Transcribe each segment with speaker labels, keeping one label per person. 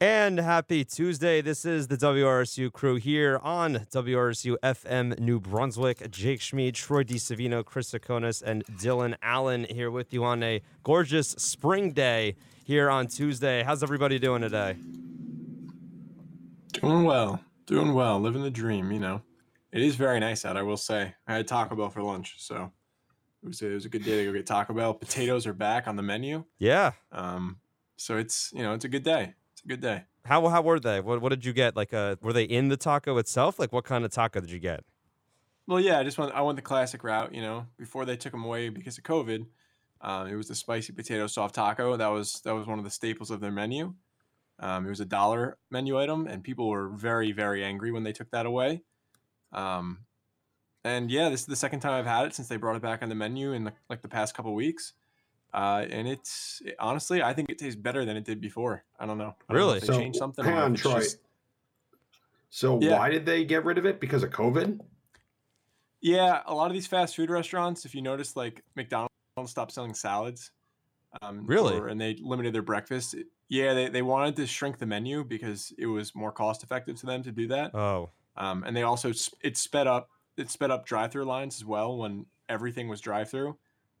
Speaker 1: And happy Tuesday. This is the WRSU crew here on WRSU FM New Brunswick. Jake Schmid, Troy DeSavino, Chris Sakonis, and Dylan Allen here with you on a gorgeous spring day here on Tuesday. How's everybody doing today?
Speaker 2: Doing well, doing well, living the dream. You know, it is very nice out. I will say, I had Taco Bell for lunch, so it was a, it was a good day to go get Taco Bell. Potatoes are back on the menu,
Speaker 1: Yeah.
Speaker 2: um, so it's you know it's a good day. It's a good day.
Speaker 1: How how were they? What what did you get? Like uh were they in the taco itself? Like what kind of taco did you get?
Speaker 2: Well, yeah, I just want I went the classic route. You know, before they took them away because of COVID, um, it was the spicy potato soft taco. That was that was one of the staples of their menu. Um, it was a dollar menu item, and people were very very angry when they took that away. Um, and yeah, this is the second time I've had it since they brought it back on the menu in the, like the past couple weeks. Uh, and it's it- honestly, I think it tastes better than it did before. I don't know. I don't know
Speaker 1: Really?
Speaker 2: if they
Speaker 3: So,
Speaker 2: changed something. or
Speaker 3: Hang
Speaker 2: if
Speaker 3: on,
Speaker 2: it's
Speaker 3: Troy.
Speaker 2: just-
Speaker 3: So
Speaker 2: Yeah.
Speaker 3: why did they get rid of it? Because of COVID?
Speaker 2: Yeah, a lot of these fast food restaurants, if you notice, like McDonald's stopped selling salads. Um,
Speaker 1: Really?
Speaker 2: and they limited their breakfast. It- Yeah, they, they wanted to shrink the menu because it was more cost effective to them to do that.
Speaker 1: Oh.
Speaker 2: Um, and they also s- it sped up it sped up drive through lines as well when everything was drive through.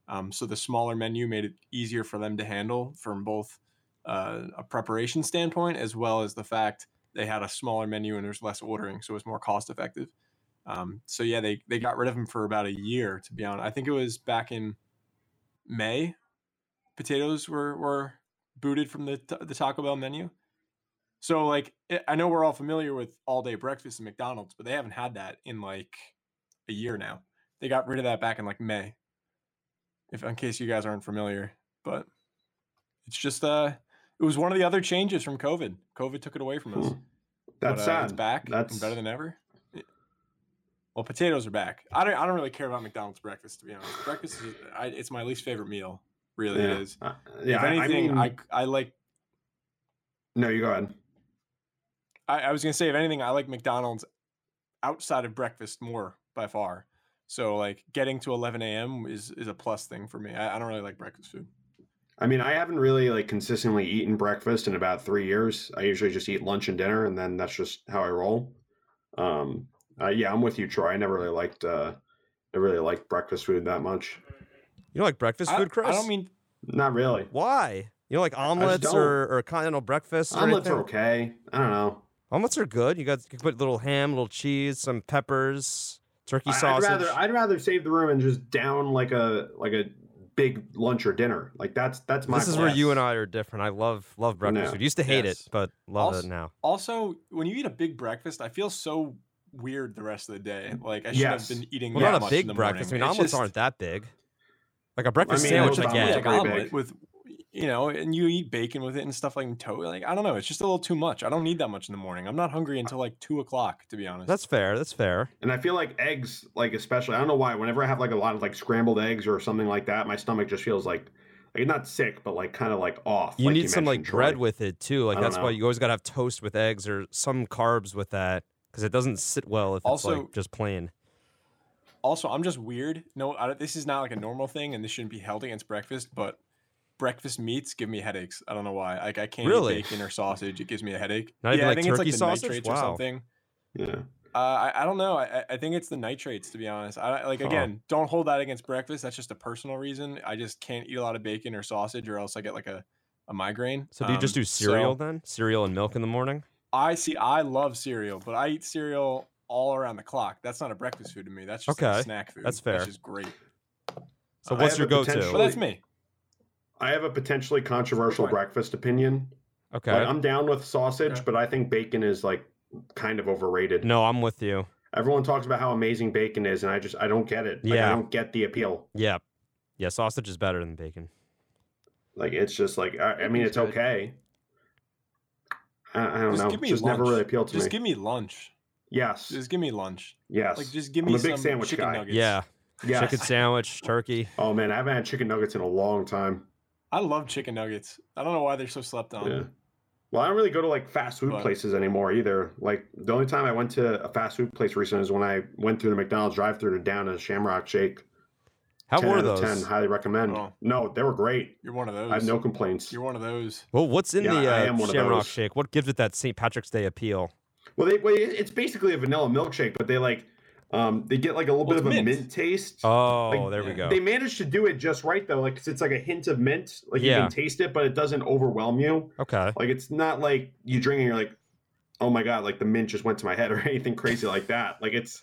Speaker 2: Um, so the smaller menu made it easier for them to handle from both uh, a preparation standpoint as well as the fact they had a smaller menu and there's less ordering, so it was more cost effective. Um, so yeah, they they got rid of them for about a year. To be honest, I think it was back in May. Potatoes were were booted from the ta- the Taco Bell menu. So like eh, I- I know we're all familiar with all day breakfast at McDonald's, but they haven't had that in like a year now. They got rid of that back in like May. If in case you guys aren't familiar, but it's just uh it was one of the other changes from COVID. COVID took it away from us.
Speaker 3: Hmm. That's
Speaker 2: but, uh,
Speaker 3: sad.
Speaker 2: It's back. That's
Speaker 3: That's
Speaker 2: better than ever. Yeah. Well, potatoes are back. I don't. I don't really care about McDonald's breakfast to be honest. Breakfast is. I, it's my least favorite meal. Really,
Speaker 3: yeah.
Speaker 2: it is.
Speaker 3: Uh, yeah,
Speaker 2: if
Speaker 3: I-
Speaker 2: anything,
Speaker 3: I, mean,
Speaker 2: I, c- I like.
Speaker 3: no, you go ahead.
Speaker 2: I, I was gonna say, if anything, I like McDonald's outside of breakfast more by far. So like getting to 11 a.m. is is a plus thing for me. I, I don't really like breakfast food.
Speaker 3: I mean, I haven't really like consistently eaten breakfast in about three years. I usually just eat lunch and dinner, and then that's just how I roll. Um, uh, yeah, I'm with you, Troy. I never really liked, uh, I really liked breakfast food that much.
Speaker 1: You don't like breakfast
Speaker 2: I,
Speaker 1: food, Chris?
Speaker 2: I don't mean
Speaker 3: Not really.
Speaker 1: why? You know, like omelets
Speaker 3: don't.
Speaker 1: or, or continental breakfast? or
Speaker 3: Omelets
Speaker 1: anything?
Speaker 3: are okay. I don't know.
Speaker 1: Omelets are good. You got you can put little ham, little cheese, some peppers, turkey
Speaker 3: I-
Speaker 1: sausage.
Speaker 3: I'd rather I'd rather save the room and just down like a like a big lunch or dinner. Like that's that's my.
Speaker 1: this is where
Speaker 3: class.
Speaker 1: you and I are different. I love love breakfast
Speaker 3: No.
Speaker 1: food. Used to hate
Speaker 2: Yes.
Speaker 1: it, but love
Speaker 2: Also-
Speaker 1: it now.
Speaker 2: also when you eat a big breakfast, I feel so weird the rest of the day. Like I should
Speaker 3: Yes.
Speaker 2: have been eating.
Speaker 1: Well,
Speaker 2: that
Speaker 1: not a
Speaker 2: much in
Speaker 1: big
Speaker 2: the
Speaker 1: breakfast.
Speaker 2: morning.
Speaker 1: I mean,
Speaker 2: It's
Speaker 1: omelets
Speaker 2: just-
Speaker 1: aren't that big. Like a breakfast
Speaker 3: mean,
Speaker 1: sandwich,
Speaker 3: most
Speaker 1: I get.
Speaker 3: omelets
Speaker 2: like
Speaker 3: are pretty
Speaker 2: omelet
Speaker 3: big.
Speaker 2: with you know, and you eat bacon with it and stuff like toast. Like I don't know, it's just a little too much. I don't need that much in the morning. I'm not hungry until like two o'clock, to be honest.
Speaker 1: That's fair. That's fair.
Speaker 3: And I feel like eggs, like especially, I don't know why. Whenever I have like a lot of like scrambled eggs or something like that, my stomach just feels like, like not sick, but like kind of like off.
Speaker 1: You need some like
Speaker 3: mentioned,
Speaker 1: bread
Speaker 3: Troy.
Speaker 1: with it too. Like
Speaker 3: I don't
Speaker 1: that's why
Speaker 3: know.
Speaker 1: you always gotta have toast with eggs or some carbs with that because it doesn't sit well if it's
Speaker 2: Also-
Speaker 1: like just plain.
Speaker 2: also, I'm just weird. No, I, don't- this is not like a normal thing, and this shouldn't be held against breakfast. But breakfast meats give me headaches. I don't know why. Like I can't
Speaker 1: Really?
Speaker 2: eat bacon or sausage; it gives me a headache.
Speaker 1: Not even,
Speaker 2: yeah,
Speaker 1: like,
Speaker 2: I think
Speaker 1: turkey
Speaker 2: it's like the
Speaker 1: sausage?
Speaker 2: nitrates
Speaker 1: Wow.
Speaker 2: or something.
Speaker 3: Yeah.
Speaker 2: Uh, I, I don't know. I, I- I think it's the nitrates, to be honest. I like
Speaker 1: Huh.
Speaker 2: again, don't hold that against breakfast. That's just a personal reason. I just can't eat a lot of bacon or sausage, or else I get like a, a migraine.
Speaker 1: So do you just
Speaker 2: Um,
Speaker 1: do cereal
Speaker 2: so
Speaker 1: then? Cereal and milk in the morning?
Speaker 2: I see. I love cereal, but I eat cereal all around the clock. That's not a breakfast food to me. That's just like,
Speaker 1: Okay,
Speaker 2: snack food.
Speaker 1: that's fair.
Speaker 2: That's just great.
Speaker 1: So
Speaker 3: I
Speaker 1: what's
Speaker 3: have
Speaker 1: your
Speaker 3: a
Speaker 1: go
Speaker 2: But
Speaker 1: to?
Speaker 3: potential-
Speaker 2: that's me.
Speaker 3: I have a potentially controversial
Speaker 2: Fine.
Speaker 3: breakfast opinion. Like,
Speaker 1: Okay.
Speaker 3: I'm down with sausage,
Speaker 2: Okay.
Speaker 3: but I think bacon is like kind of overrated.
Speaker 1: No, I'm with you.
Speaker 3: Everyone talks about how amazing bacon is, and I just, I don't get it. Like,
Speaker 1: Yeah.
Speaker 3: I don't get the appeal.
Speaker 1: Yeah. Yeah, sausage is better than bacon.
Speaker 3: Like, it's just like, I, I mean,
Speaker 2: Bacon's
Speaker 3: it's
Speaker 2: good.
Speaker 3: okay. I, I don't
Speaker 2: Just
Speaker 3: know.
Speaker 2: give me
Speaker 3: just never
Speaker 2: lunch.
Speaker 3: really appealed to
Speaker 2: Just
Speaker 3: me.
Speaker 2: give me lunch.
Speaker 3: yes.
Speaker 2: Just give me lunch.
Speaker 3: yes.
Speaker 2: Like just give
Speaker 3: I'm
Speaker 2: me
Speaker 3: a big
Speaker 2: some
Speaker 3: sandwich
Speaker 2: chicken
Speaker 3: guy.
Speaker 2: nuggets.
Speaker 1: Yeah.
Speaker 3: Yes.
Speaker 1: chicken sandwich, turkey.
Speaker 3: Oh man, I haven't had chicken nuggets in a long time.
Speaker 2: I love chicken nuggets. I don't know why they're so slept on.
Speaker 3: Yeah. Well, I don't really go to like fast food
Speaker 2: Um, But-
Speaker 3: places anymore either. Like the only time I went to a fast food place recently is when I went through the McDonald's drive-through to down a Shamrock Shake.
Speaker 1: How
Speaker 3: 10
Speaker 1: were
Speaker 3: out of
Speaker 1: those?
Speaker 3: 10, highly recommend.
Speaker 2: Oh.
Speaker 3: No, they were great.
Speaker 2: You're one of those.
Speaker 3: I have no complaints.
Speaker 2: You're one of those.
Speaker 1: Well, what's in
Speaker 3: Yeah, I am
Speaker 1: the
Speaker 3: one
Speaker 1: uh,
Speaker 3: of
Speaker 1: Shamrock
Speaker 3: those.
Speaker 1: Shake? What gives it that St. Patrick's Day appeal?
Speaker 3: Well, they well, it- it's basically a vanilla milkshake, but they like um they get like a little
Speaker 2: Well,
Speaker 3: bit of
Speaker 2: it's
Speaker 3: a
Speaker 2: mint.
Speaker 3: mint taste.
Speaker 1: Oh,
Speaker 3: Like,
Speaker 1: there we go.
Speaker 3: They managed to do it just right though, like 'cause it's like a hint of mint. Like
Speaker 1: Yeah.
Speaker 3: you can taste it, but it doesn't overwhelm you.
Speaker 1: okay.
Speaker 3: Like it's not like you drink and you're like, oh my god, like the mint just went to my head or anything crazy like that. Like it's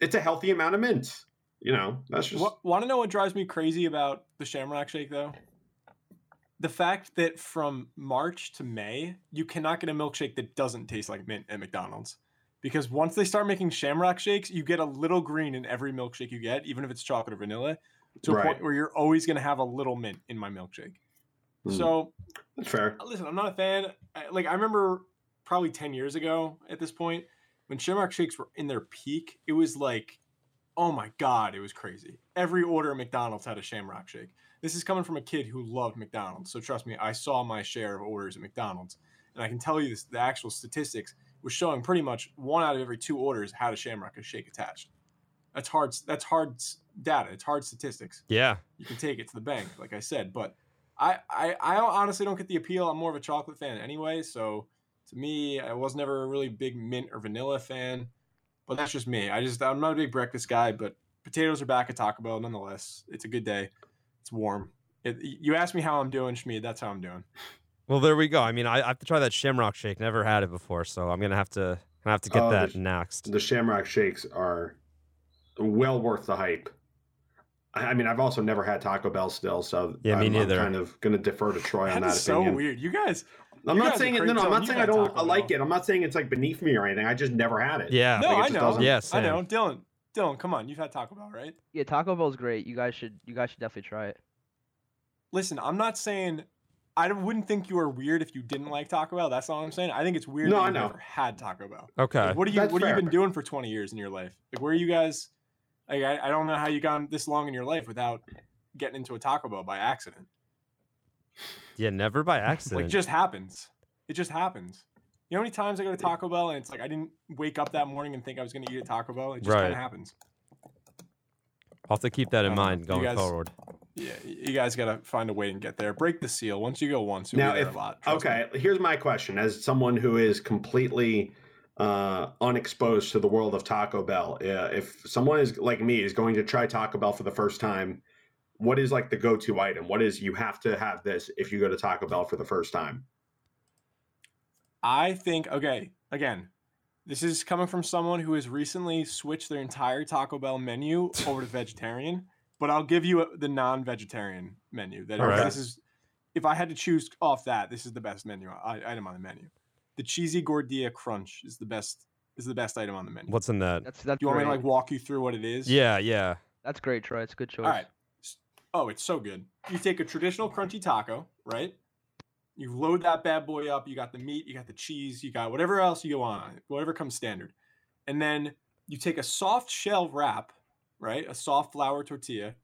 Speaker 3: it's a healthy amount of mint. You know, that's just
Speaker 2: Want to know what drives me crazy about the Shamrock Shake though? The fact that from March to May, you cannot get a milkshake that doesn't taste like mint at McDonald's. Because once they start making Shamrock Shakes, you get a little green in every milkshake you get, even if it's chocolate or vanilla, to a point
Speaker 3: Right.
Speaker 2: where you're always going to have a little mint in my milkshake.
Speaker 3: Mm.
Speaker 2: So
Speaker 3: that's fair.
Speaker 2: Uh, listen, I'm not a fan. I, like I remember probably 10 years ago at this point when Shamrock Shakes were in their peak, it was like, oh my god, it was crazy. Every order at McDonald's had a Shamrock Shake. This is coming from a kid who loved McDonald's, so trust me, I saw my share of orders at McDonald's, and I can tell you this: the actual statistics was showing pretty much one out of every two orders had a Shamrock Shake attached. That's hard. That's hard s- data. It's hard statistics
Speaker 1: Yeah.
Speaker 2: you can take it to the bank, like I said. But I, I, I honestly don't get the appeal. I'm more of a chocolate fan anyway. So to me, I was never a really big mint or vanilla fan. But that's just me. I just I'm not a big breakfast guy. But potatoes are back at Taco Bell nonetheless. It's a good day. It's warm. It, you asked me how I'm doing, Shmi. That's how I'm doing.
Speaker 1: Well, there we go. I mean, I, I have to try that Shamrock Shake. Never had it before, so I'm gonna have to I have to get
Speaker 3: Oh,
Speaker 1: that
Speaker 3: there's-
Speaker 1: next.
Speaker 3: The Shamrock Shakes are well worth the hype. I I mean, I've also never had Taco Bell still, so
Speaker 1: Yeah, me
Speaker 3: I'm, I'm
Speaker 1: neither.
Speaker 3: kind of going to defer to Troy on
Speaker 2: That
Speaker 3: that
Speaker 2: is so
Speaker 3: opinion.
Speaker 2: weird. You guys,
Speaker 3: I'm
Speaker 2: You guys
Speaker 3: not
Speaker 2: are
Speaker 3: saying it.
Speaker 2: crazy
Speaker 3: No,
Speaker 2: telling
Speaker 3: no, I'm not
Speaker 2: you
Speaker 3: saying
Speaker 2: got
Speaker 3: I don't.
Speaker 2: Taco
Speaker 3: I like
Speaker 2: Bell.
Speaker 3: it. I'm not saying it's like beneath me or anything. I just never had it.
Speaker 1: Yeah.
Speaker 2: no,
Speaker 3: like, it
Speaker 2: I
Speaker 3: just
Speaker 2: know,
Speaker 3: doesn't-
Speaker 1: Yeah,
Speaker 2: I
Speaker 1: same.
Speaker 2: know, Dylan. Dylan, come on, you've had Taco Bell, right?
Speaker 4: Yeah, Taco Bell's great. You guys should you guys should definitely try it.
Speaker 2: Listen, I'm not saying I wouldn't think you were weird if you didn't like Taco Bell. That's all I'm saying. I think it's weird
Speaker 3: No,
Speaker 2: that
Speaker 3: I
Speaker 2: you've
Speaker 3: know.
Speaker 2: never had Taco Bell.
Speaker 1: Okay.
Speaker 2: Like, what do you
Speaker 3: That's
Speaker 2: What have you
Speaker 3: fair.
Speaker 2: been doing for 20 years in your life? Like, where are you guys? Like, I, I don't know how you gone this long in your life without getting into a Taco Bell by accident.
Speaker 1: Yeah, never by accident.
Speaker 2: Like, just happens. It just happens. You know how many times I go to Taco Bell and it's like I didn't wake up that morning and think I was going to eat at Taco Bell. It just kind
Speaker 1: Right.
Speaker 2: of happens.
Speaker 1: I'll have to keep that in
Speaker 2: I don't
Speaker 3: Uh,
Speaker 2: know. You
Speaker 1: mind going
Speaker 2: guys-
Speaker 1: forward.
Speaker 2: Yeah, y- you guys got to find a way and get there. Break the seal. Once you go once, you'll
Speaker 3: Now,
Speaker 2: be there
Speaker 3: if-
Speaker 2: a lot. trust me.
Speaker 3: Okay, here's my question: as someone who is completely uh, unexposed to the world of Taco Bell, uh, if someone is like me is going to try Taco Bell for the first time, what is like the go-to item? What is you have to have this if you go to Taco Bell for the first time?
Speaker 2: I think okay, again, this is coming from someone who has recently switched their entire Taco Bell menu over to vegetarian, but I'll give you the non-vegetarian menu. That
Speaker 1: All
Speaker 2: is-
Speaker 1: right.
Speaker 2: this is if I had to choose off that, this is the best menu i- item on the menu. The cheesy gordita crunch is the best is the best item on the menu.
Speaker 1: What's in that?
Speaker 4: That's that's
Speaker 2: Do you want
Speaker 4: great.
Speaker 2: me to like walk you through what it is?
Speaker 1: Yeah, yeah.
Speaker 4: That's great, Troy. It's a good choice.
Speaker 2: All right. S- Oh, it's so good. You take a traditional crunchy taco, right? You load that bad boy up. You got the meat, you got the cheese, you got whatever else you want, whatever comes standard. And then you take a soft shell wrap, right? A soft flour tortilla.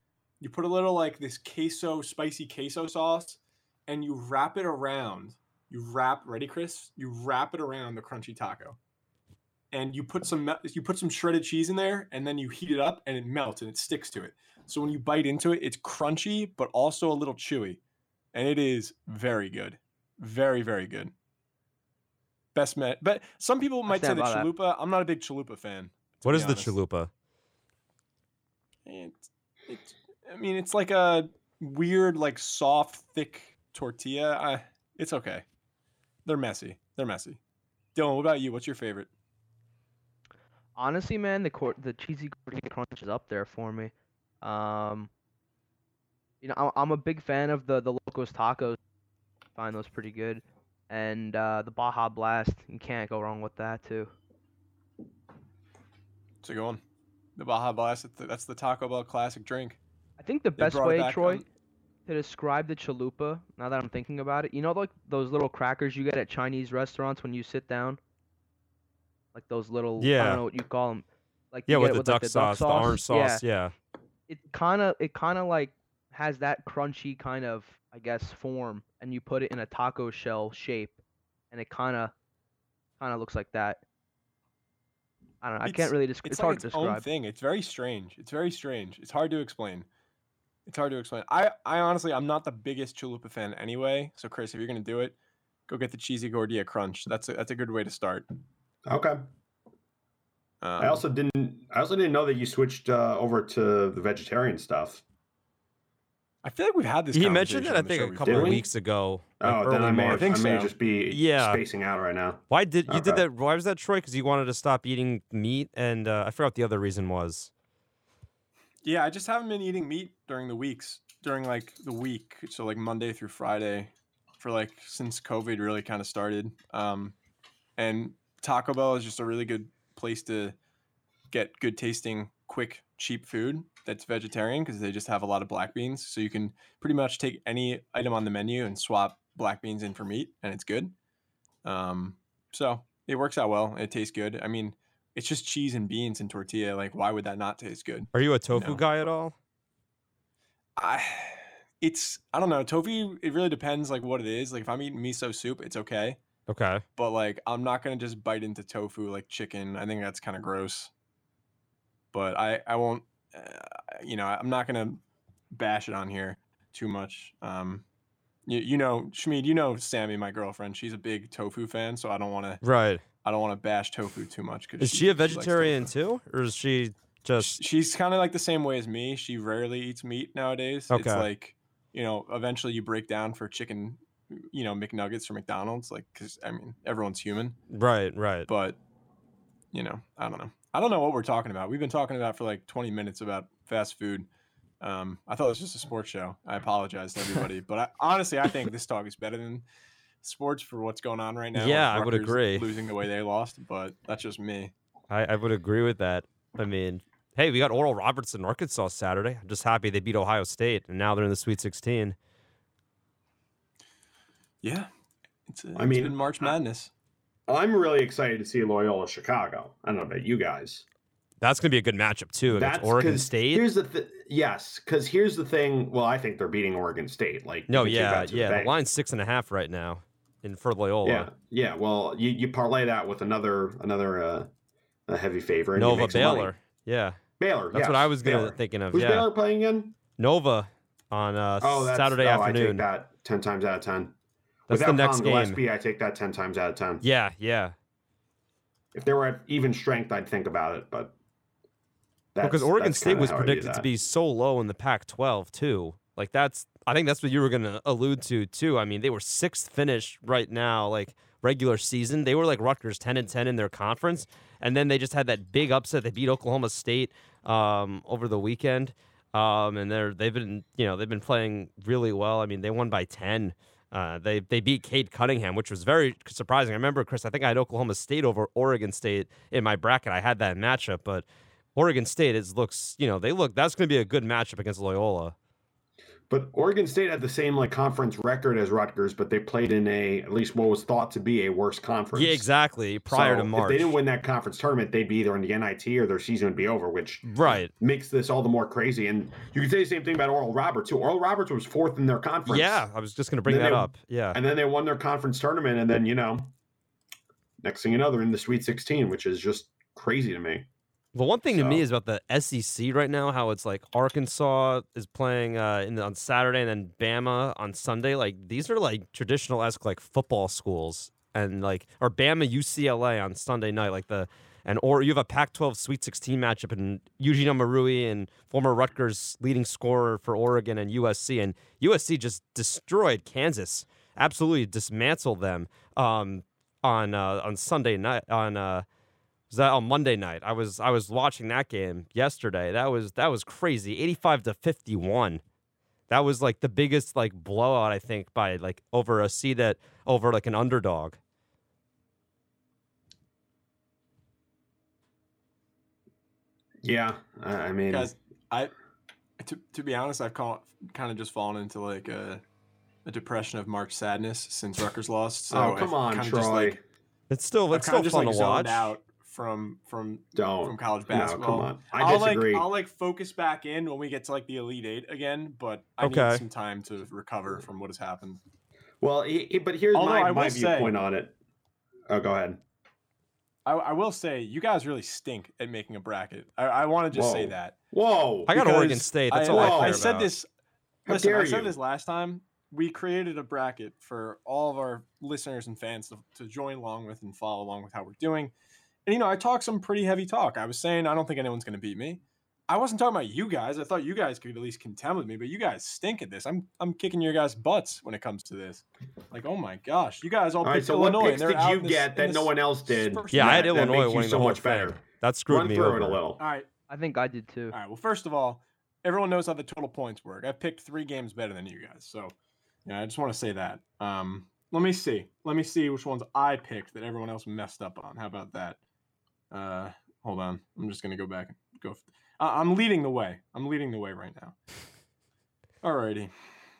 Speaker 2: You put a little like this queso, spicy queso sauce, and you wrap it around. You wrap, ready, Chris? You wrap it around the crunchy taco. And you put some mel- you put some shredded cheese in there, and then you heat it up, and it melts and it sticks to it. So when you bite into it, it's crunchy, but also a little chewy. And it is very good. Very, very good. Best met. But some people might say
Speaker 4: stand
Speaker 2: the
Speaker 4: by that.
Speaker 2: chalupa. I'm not a big chalupa fan.
Speaker 1: What
Speaker 2: be
Speaker 1: is the
Speaker 2: honest.
Speaker 1: chalupa?
Speaker 2: It's, it's, I mean, it's like a weird, like soft, thick tortilla. I, it's okay. They're messy. They're messy. Dylan, what about you? What's your favorite?
Speaker 4: Honestly, man, the cor- the cheesy gordita crunch is up there for me. Um, you know, I'm, I'm a big fan of the the Locos Tacos. Find those pretty good, and uh, the Baja Blast. You can't go wrong with that too.
Speaker 2: So go on. The Baja Blast. that's the- That's the Taco Bell classic drink.
Speaker 4: I think the
Speaker 2: They
Speaker 4: best
Speaker 2: brought it
Speaker 4: way,
Speaker 2: back
Speaker 4: Troy,
Speaker 2: on-
Speaker 4: to describe the chalupa. Now that I'm thinking about it, you know, like those little crackers you get at Chinese restaurants when you sit down, like those little. I
Speaker 1: Yeah.
Speaker 4: don't know what you call them. Like you
Speaker 1: Yeah,
Speaker 4: get
Speaker 1: with
Speaker 4: it
Speaker 1: the
Speaker 4: like,
Speaker 1: duck sauce, the orange
Speaker 4: Yeah.
Speaker 1: sauce. Yeah.
Speaker 4: it kind of it kind of like has that crunchy kind of I guess form, and you put it in a taco shell shape, and it kind of kind of looks like that. I don't know. I
Speaker 2: It's-
Speaker 4: can't really describe.
Speaker 2: it's,
Speaker 4: It's,
Speaker 2: like
Speaker 4: hard
Speaker 2: its
Speaker 4: to
Speaker 2: own
Speaker 4: describe.
Speaker 2: thing. It's very strange. It's very strange. It's hard to explain. It's hard to explain. I, I honestly, I'm not the biggest chalupa fan anyway. So Chris, if you're gonna do it, go get the cheesy gordita crunch. That's a, that's a good way to start.
Speaker 3: Okay. I
Speaker 2: Um,
Speaker 3: also didn't. I also didn't know that you switched uh, over to the vegetarian stuff.
Speaker 2: I feel like we've had this.
Speaker 1: He mentioned
Speaker 2: conversation
Speaker 1: that I
Speaker 2: on the show
Speaker 1: think a
Speaker 2: before.
Speaker 1: couple
Speaker 3: Did
Speaker 1: of
Speaker 3: we?
Speaker 1: weeks ago. like
Speaker 3: Oh, then
Speaker 1: early
Speaker 3: I may,
Speaker 1: March.
Speaker 3: I
Speaker 2: I think
Speaker 3: may
Speaker 2: so.
Speaker 3: just be
Speaker 1: Yeah.
Speaker 3: spacing out right now.
Speaker 1: Why did you did
Speaker 3: Okay.
Speaker 1: that? Why was that, Troy? Because you wanted to stop eating meat, and uh, I forgot what the other reason was.
Speaker 2: Yeah, I just haven't been eating meat during the weeks, during like the week, so like Monday through Friday, for like since COVID really kind of started. Um, and Taco Bell is just a really good place to get good tasting, quick, cheap food that's vegetarian because they just have a lot of black beans. So you can pretty much take any item on the menu and swap black beans in for meat, and it's good. Um, so it works out well. It tastes good. I mean, it's just cheese and beans and tortilla. Like, why would that not taste good?
Speaker 1: Are you a tofu
Speaker 2: No.
Speaker 1: guy at all?
Speaker 2: I it's I don't know. Tofu it really depends like what it is. Like if I'm eating miso soup, it's okay.
Speaker 1: Okay.
Speaker 2: But like I'm not gonna just bite into tofu like chicken. I think that's kind of gross. But I I won't uh, you know, I'm not gonna bash it on here too much. Um you, you know, Shmeed, you know Sammy, my girlfriend. She's a big tofu fan, so I don't want to
Speaker 1: Right.
Speaker 2: I don't want to bash tofu too much cuz
Speaker 1: Is she a vegetarian too, or is she
Speaker 2: Sh-
Speaker 1: just
Speaker 2: she's kind of like the same way as me. She rarely eats meat nowadays.
Speaker 1: Okay.
Speaker 2: It's like, you know, eventually you break down for chicken, you know, McNuggets from McDonald's, like, because I mean, everyone's human,
Speaker 1: right? Right.
Speaker 2: but, you know, I don't know. I don't know what we're talking about. We've been talking about for like 20 minutes about fast food. Um, I thought it was just a sports show. I apologize to everybody, but I, honestly, I think this talk is better than sports for what's going on right now. with
Speaker 1: Yeah, I would
Speaker 2: Rutgers
Speaker 1: agree.
Speaker 2: Losing the way they lost, but that's just me.
Speaker 1: I, I would agree with that. I mean, hey, we got Oral Roberts in Arkansas Saturday. I'm just happy they beat Ohio State, and now they're in the Sweet 16.
Speaker 2: Yeah, it's, a,
Speaker 3: I
Speaker 2: it's
Speaker 3: mean,
Speaker 2: been March
Speaker 3: I-
Speaker 2: Madness.
Speaker 3: I'm really excited to see Loyola Chicago. I don't know about you guys.
Speaker 1: That's going to be a good matchup too against Oregon
Speaker 3: 'cause
Speaker 1: State.
Speaker 3: Here's the th- yes, because here's the thing. Well, I think they're beating Oregon State. Like
Speaker 1: No,
Speaker 3: you can take
Speaker 1: yeah,
Speaker 3: that to the
Speaker 1: yeah. The
Speaker 3: bank.
Speaker 1: line's six and a half right now in for Loyola.
Speaker 3: Yeah, yeah. Well, you, you parlay that with another another uh, a heavy favorite. and you
Speaker 1: Nova
Speaker 3: make some money.
Speaker 1: Baylor. Yeah,
Speaker 3: Baylor.
Speaker 1: that's what
Speaker 3: yes,
Speaker 1: I was gonna
Speaker 3: Baylor.
Speaker 1: thinking of.
Speaker 3: Who's
Speaker 1: yeah,
Speaker 3: Baylor playing again?
Speaker 1: Nova on uh,
Speaker 3: Oh, that's,
Speaker 1: Saturday
Speaker 3: oh, I take
Speaker 1: afternoon.
Speaker 3: that ten times out of ten.
Speaker 1: That's
Speaker 3: Without
Speaker 1: the next
Speaker 3: Colin
Speaker 1: game.
Speaker 3: Gillespie, I take that ten times out of ten.
Speaker 1: Yeah, yeah.
Speaker 3: If they were at even strength, I'd think about it. But that's,
Speaker 1: because Oregon
Speaker 3: that's
Speaker 1: State
Speaker 3: kinda
Speaker 1: was
Speaker 3: how I do
Speaker 1: predicted to
Speaker 3: that.
Speaker 1: be so low in the Pac-12 too. Like that's, I think that's what you were gonna allude to too. I mean, they were sixth finish right now, like regular season. They were like Rutgers, ten and ten in their conference, and then they just had that big upset. They beat Oklahoma State um, over the weekend, um, and they're they've been you know they've been playing really well. I mean, they won by ten. Uh, they they beat Cade Cunningham, which was very surprising. I remember, Chris. I think I had Oklahoma State over Oregon State in my bracket. I had that matchup, but Oregon State is looks, you know, they look that's going to be a good matchup against Loyola.
Speaker 3: But Oregon State had the same like conference record as Rutgers, but they played in a at least what was thought to be a worse conference.
Speaker 1: Yeah, exactly. Prior
Speaker 3: So
Speaker 1: to March,
Speaker 3: if they didn't win that conference tournament, they'd be either in the NIT or their season would be over, which
Speaker 1: right?
Speaker 3: makes this all the more crazy. And you can say the same thing about Oral Roberts too. Oral Roberts was fourth in their conference.
Speaker 1: Yeah, I was just going to bring
Speaker 3: Then
Speaker 1: that
Speaker 3: they-
Speaker 1: up. Yeah,
Speaker 3: and then they won their conference tournament, and then you know, next thing you know, they're in the Sweet 16, which is just crazy to me.
Speaker 1: Well, one thing to me
Speaker 3: So-
Speaker 1: is about the SEC right now, how it's like Arkansas is playing uh, in, on Saturday and then Bama on Sunday. Like these are like traditional esque like football schools, and like or Bama UCLA on Sunday night, like the and or you have a Pac-12 Sweet 16 matchup and Eugene Marui and former Rutgers leading scorer for Oregon and USC, and USC just destroyed Kansas, absolutely dismantled them um, on uh, on Sunday night on. Uh, was that on Monday night? I was I was watching that game yesterday. That was that was crazy. 85 to 51. That was like the biggest like blowout I think by like over a seed that over like an underdog.
Speaker 3: Yeah, I, I mean,
Speaker 2: guys i to, to be honest i've call, kind of just fallen into like a, a depression of march sadness since Rutgers lost so
Speaker 3: oh
Speaker 2: I've
Speaker 3: come on,
Speaker 2: kinda
Speaker 3: Troy.
Speaker 2: just like,
Speaker 1: It's still
Speaker 2: I've
Speaker 1: it's still
Speaker 2: kinda just
Speaker 1: fun
Speaker 2: like
Speaker 1: to watch.
Speaker 2: zoned out from from from
Speaker 3: Don't.
Speaker 2: college
Speaker 3: Oh, No,
Speaker 2: basketball.
Speaker 3: come on. I
Speaker 2: will
Speaker 3: disagree.
Speaker 2: Like, I'll like focus back in when we get to like the elite eight again, but I
Speaker 1: Okay.
Speaker 2: need some time to recover from what has happened.
Speaker 3: Well, he, he- but here's
Speaker 2: Although I
Speaker 3: my,
Speaker 2: will
Speaker 3: my
Speaker 2: say-
Speaker 3: viewpoint on it. Oh, go ahead.
Speaker 2: I, I will say you guys really stink at making a bracket. I, I want to just say
Speaker 3: Whoa.
Speaker 2: that.
Speaker 3: Whoa.
Speaker 1: I got Oregon
Speaker 2: because
Speaker 1: State. That's
Speaker 2: I,
Speaker 1: all I
Speaker 3: well,
Speaker 1: care
Speaker 2: I
Speaker 1: about.
Speaker 2: said this.
Speaker 3: How
Speaker 2: listen, I
Speaker 3: dare
Speaker 2: said
Speaker 3: you.
Speaker 2: this last time. We created a bracket for all of our listeners and fans to, to join along with and follow along with how we're doing. And you know, I talked some pretty heavy talk. I was saying I don't think anyone's going to beat me. I wasn't talking about you guys. I thought you guys could at least contend with me, but you guys stink at this. I'm I'm kicking your guys' butts when it comes to this. Like, oh my gosh, you guys all,
Speaker 3: All right,
Speaker 2: picked
Speaker 3: so
Speaker 2: Illinois.
Speaker 3: what
Speaker 2: and
Speaker 3: picks
Speaker 2: they're
Speaker 3: did
Speaker 2: out
Speaker 3: you
Speaker 2: in this-
Speaker 3: get
Speaker 2: in
Speaker 3: that no
Speaker 2: this
Speaker 3: one else did?
Speaker 2: first
Speaker 1: yeah, I
Speaker 2: round.
Speaker 1: had
Speaker 3: that makes
Speaker 1: Illinois
Speaker 3: you
Speaker 1: winning
Speaker 3: so
Speaker 1: the whole
Speaker 3: much better.
Speaker 1: thing. That screwed
Speaker 3: Run
Speaker 1: me
Speaker 3: through
Speaker 1: over.
Speaker 3: it a little.
Speaker 2: All right,
Speaker 4: I think I did too.
Speaker 2: All right. Well, first of all, everyone knows how the total points work. I picked three games better than you guys, so yeah, I just want to say that. Um, let me see. Let me see which ones I picked that everyone else messed up on. How about that? Uh, hold on. I'm just gonna go back and go. f- I- I'm leading the way. I'm leading the way right now. Alrighty.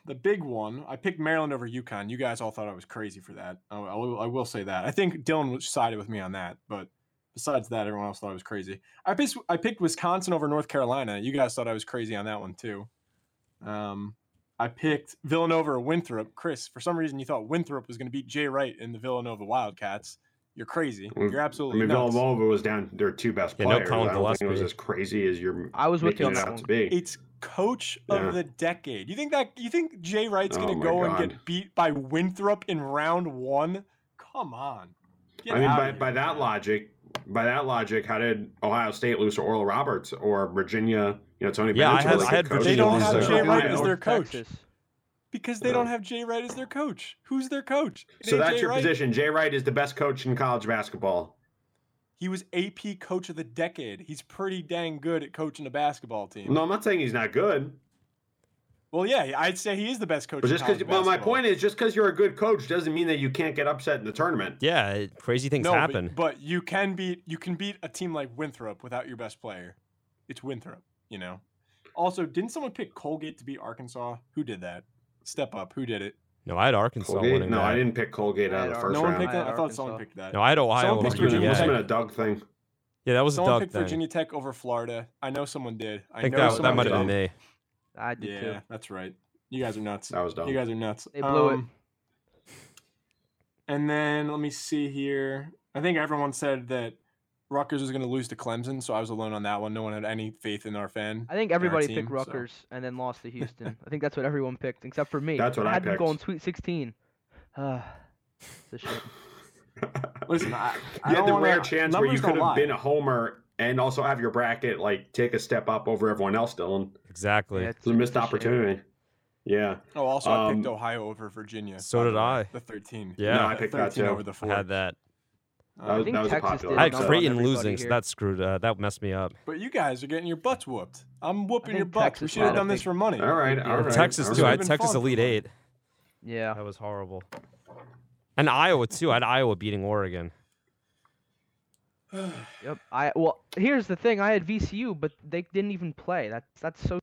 Speaker 2: The big one. I picked Maryland over UConn. You guys all thought I was crazy for that. I, I will, I will say that. I think Dylan was- sided with me on that, but besides that, everyone else thought I was crazy. I picked I picked Wisconsin over North Carolina. You guys thought I was crazy on that one too. Um, I picked Villanova or Winthrop. Chris, for some reason, you thought Winthrop was going to beat Jay Wright in the Villanova Wildcats. You're crazy.
Speaker 3: Mm,
Speaker 2: You're
Speaker 3: I
Speaker 2: absolutely
Speaker 3: mean,
Speaker 2: nuts.
Speaker 3: Villanova was down their two best
Speaker 1: Yeah, no
Speaker 3: players.
Speaker 1: Colin
Speaker 3: I don't think it was
Speaker 1: Gillespie.
Speaker 3: as crazy as you're
Speaker 4: I was with you
Speaker 3: making
Speaker 4: on
Speaker 3: it
Speaker 4: that
Speaker 3: out
Speaker 4: one.
Speaker 3: to be.
Speaker 2: It's coach
Speaker 3: Yeah.
Speaker 2: of the decade. You think that you think Jay Wright's
Speaker 3: Oh
Speaker 2: gonna
Speaker 3: my
Speaker 2: go and
Speaker 3: God.
Speaker 2: get beat by Winthrop in round one? Come on. Get
Speaker 3: I mean,
Speaker 2: outta
Speaker 3: by,
Speaker 2: here,
Speaker 3: by that
Speaker 2: man.
Speaker 3: logic, by that logic, how did Ohio State lose to Oral Roberts or Virginia? You know, Tony.
Speaker 1: Yeah, I had-
Speaker 3: Bennett's really
Speaker 1: I
Speaker 3: good
Speaker 1: had
Speaker 3: coach.
Speaker 2: Virginia They don't lose have to Jay Wright
Speaker 3: Ohio.
Speaker 2: as their coach.
Speaker 4: Texas.
Speaker 2: because they
Speaker 3: Yeah.
Speaker 2: don't have Jay Wright as their coach. Who's their coach? It
Speaker 3: So
Speaker 2: ain't
Speaker 3: that's
Speaker 2: Jay
Speaker 3: your
Speaker 2: Wright.
Speaker 3: position. Jay Wright is the best coach in college basketball.
Speaker 2: He was AP coach of the decade. He's pretty dang good at coaching a basketball team.
Speaker 3: No, I'm not saying he's not good,
Speaker 2: Well, yeah, I'd say he is the best coach.
Speaker 3: but
Speaker 2: in
Speaker 3: just because.
Speaker 2: college
Speaker 3: Well, my
Speaker 2: basketball.
Speaker 3: point is, just because you're a good coach doesn't mean that you can't get upset in the tournament.
Speaker 1: Yeah, it- crazy things
Speaker 2: no, but-
Speaker 1: happen.
Speaker 2: But, you can beat you can beat a team like Winthrop without your best player. It's Winthrop, you know. Also, didn't someone pick Colgate to beat Arkansas? Who did that? Step up. Who did it?
Speaker 1: no, I had Arkansas
Speaker 3: Colgate?
Speaker 1: winning
Speaker 3: No,
Speaker 1: that.
Speaker 3: I didn't pick Colgate out of the
Speaker 4: No
Speaker 3: first
Speaker 2: no one
Speaker 3: round.
Speaker 2: picked
Speaker 4: I had
Speaker 2: that. I thought someone
Speaker 4: Arkansas.
Speaker 2: picked that.
Speaker 1: No, I had Ohio
Speaker 2: Someone picked
Speaker 1: over
Speaker 3: Must have been-
Speaker 1: Virginia.
Speaker 3: must have
Speaker 1: Yeah,
Speaker 3: been a Doug thing.
Speaker 1: yeah, that was
Speaker 2: someone
Speaker 1: Doug
Speaker 2: picked
Speaker 1: thing.
Speaker 2: Virginia Tech over Florida. I know someone did. I,
Speaker 1: I think
Speaker 2: know
Speaker 1: that, that
Speaker 2: someone
Speaker 1: might have been
Speaker 2: did.
Speaker 1: me.
Speaker 4: I did too.
Speaker 2: Yeah, that's right. You guys are nuts.
Speaker 3: That was dumb.
Speaker 2: You guys are nuts. Um,
Speaker 4: They blew it.
Speaker 2: And then let me see here. I think everyone said that Rutgers was going to lose to Clemson, so I was alone on that one. No one had any faith in our fan.
Speaker 4: I think everybody
Speaker 2: team,
Speaker 4: picked
Speaker 2: so.
Speaker 4: Rutgers and then lost to Houston. I think that's what everyone picked except for me.
Speaker 3: That's what I
Speaker 4: had them
Speaker 3: picked.
Speaker 4: going Sweet 16. Uh, it's a shame.
Speaker 2: Listen, I, I
Speaker 3: you had
Speaker 2: don't
Speaker 3: the
Speaker 2: wanna-
Speaker 3: rare chance where you
Speaker 2: numbers don't
Speaker 3: could have
Speaker 2: lie.
Speaker 3: been a homer and also have your bracket like take a step up over everyone else, Dylan.
Speaker 1: Exactly.
Speaker 4: Yeah,
Speaker 3: It's a missed
Speaker 4: shame.
Speaker 3: opportunity. Yeah.
Speaker 2: Oh, also I picked
Speaker 3: Um,
Speaker 2: Ohio over Virginia.
Speaker 1: so
Speaker 2: by the
Speaker 1: did
Speaker 2: way,
Speaker 1: I.
Speaker 2: The thirteen.
Speaker 1: Yeah. No,
Speaker 3: I picked that
Speaker 2: 13
Speaker 3: too.
Speaker 2: over the
Speaker 1: I
Speaker 2: four.
Speaker 1: had that.
Speaker 3: That
Speaker 4: I
Speaker 3: was,
Speaker 4: think
Speaker 3: that was a
Speaker 4: Texas
Speaker 3: popular.
Speaker 4: did
Speaker 1: I had
Speaker 4: Don't know
Speaker 1: Creighton
Speaker 4: everybody
Speaker 1: losing, so
Speaker 4: here.
Speaker 1: that screwed. Uh, that messed me up.
Speaker 2: but you guys are getting your butts whooped. I'm whooping your
Speaker 4: think
Speaker 2: butts. we
Speaker 4: Texas
Speaker 2: should have
Speaker 4: might have
Speaker 2: done this
Speaker 4: picked-
Speaker 2: for money.
Speaker 3: All right, all right.
Speaker 1: Texas
Speaker 3: all
Speaker 1: too. I
Speaker 3: right.
Speaker 1: had
Speaker 2: Would've been
Speaker 1: Texas
Speaker 2: fun.
Speaker 1: Elite Eight.
Speaker 4: Yeah.
Speaker 1: That was horrible. And Iowa too. I had Iowa beating Oregon.
Speaker 4: Yep. I well, here's the thing. I had VCU, but they didn't even play. That's that's so.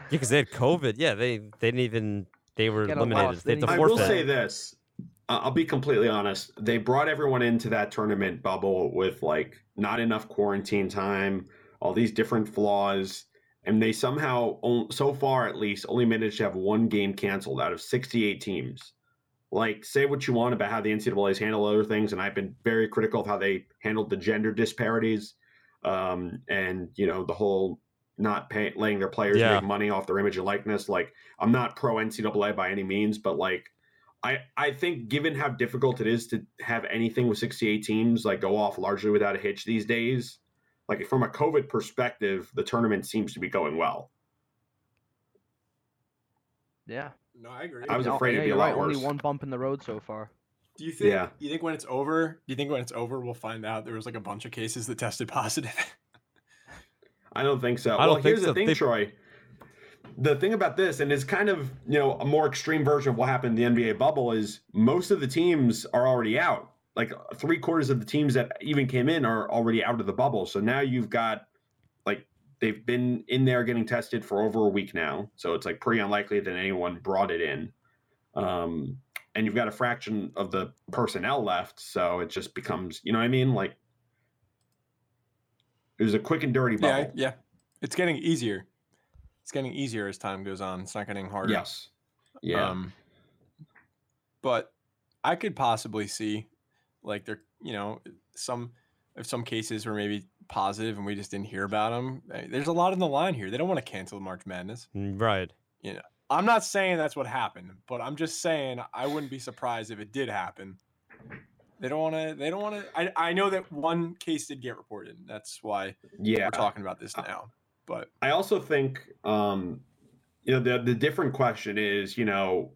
Speaker 1: Yeah, because they had COVID. Yeah, they they didn't even they were
Speaker 4: Get a
Speaker 1: eliminated.
Speaker 4: loss.
Speaker 1: They had
Speaker 4: They
Speaker 1: to
Speaker 4: didn't
Speaker 3: I
Speaker 4: even
Speaker 1: forfeit.
Speaker 3: will say this. I- I'll be completely honest. They brought everyone into that tournament bubble with like not enough quarantine time, all these different flaws, and they somehow, on- so far at least, only managed to have one game canceled out of 68 teams. Like, say what you want about how the NCAA's handle other things, and I've been very critical of how they handled the gender disparities, um, and you know the whole not pay, letting their players
Speaker 1: Yeah.
Speaker 3: make money off their image and likeness. Like, I'm not pro NCAA by any means, but like I I think given how difficult it is to have anything with 68 teams like go off largely without a hitch these days, like from a COVID perspective, the tournament seems to be going well.
Speaker 4: Yeah.
Speaker 2: No, I agree.
Speaker 3: I was
Speaker 4: No,
Speaker 3: afraid
Speaker 4: yeah,
Speaker 3: it'd be a
Speaker 4: you're
Speaker 3: lot
Speaker 4: right, Only
Speaker 3: worse.
Speaker 4: one bump in the road so far.
Speaker 2: Do you think?
Speaker 3: Yeah.
Speaker 2: You think when it's over? Do you think when it's over we'll find out there was like a bunch of cases that tested positive?
Speaker 3: I don't think so.
Speaker 1: I don't
Speaker 3: well,
Speaker 1: think
Speaker 3: here's
Speaker 1: so.
Speaker 3: the thing,
Speaker 1: They-
Speaker 3: Troy. The thing about this, and it's kind of you know a more extreme version of what happened in the NBA bubble, is most of the teams are already out. Like three quarters of the teams that even came in are already out of the bubble. So now you've got like they've been in there getting tested for over a week now. So it's like pretty unlikely that anyone brought it in. Um, and you've got a fraction of the personnel left, so it just becomes you know what I mean. Like It was a quick and dirty
Speaker 2: Yeah,
Speaker 3: bubble.
Speaker 2: I- yeah. It's getting easier. It's getting easier as time goes on. It's not getting harder.
Speaker 3: Yes. Yeah.
Speaker 2: Um, but I could possibly see, like, there, you know, some if some cases were maybe positive and we just didn't hear about them. There's a lot on the line here. They don't want to cancel March Madness.
Speaker 1: Mm, Right.
Speaker 2: I'm not saying that's what happened, but I'm just saying I wouldn't be surprised if it did happen. They don't want to. They don't want to. I, I know that one case did get reported. That's why
Speaker 3: yeah. Uh,
Speaker 2: we're talking about this now. But
Speaker 3: I also think um you know the the different question is, you know,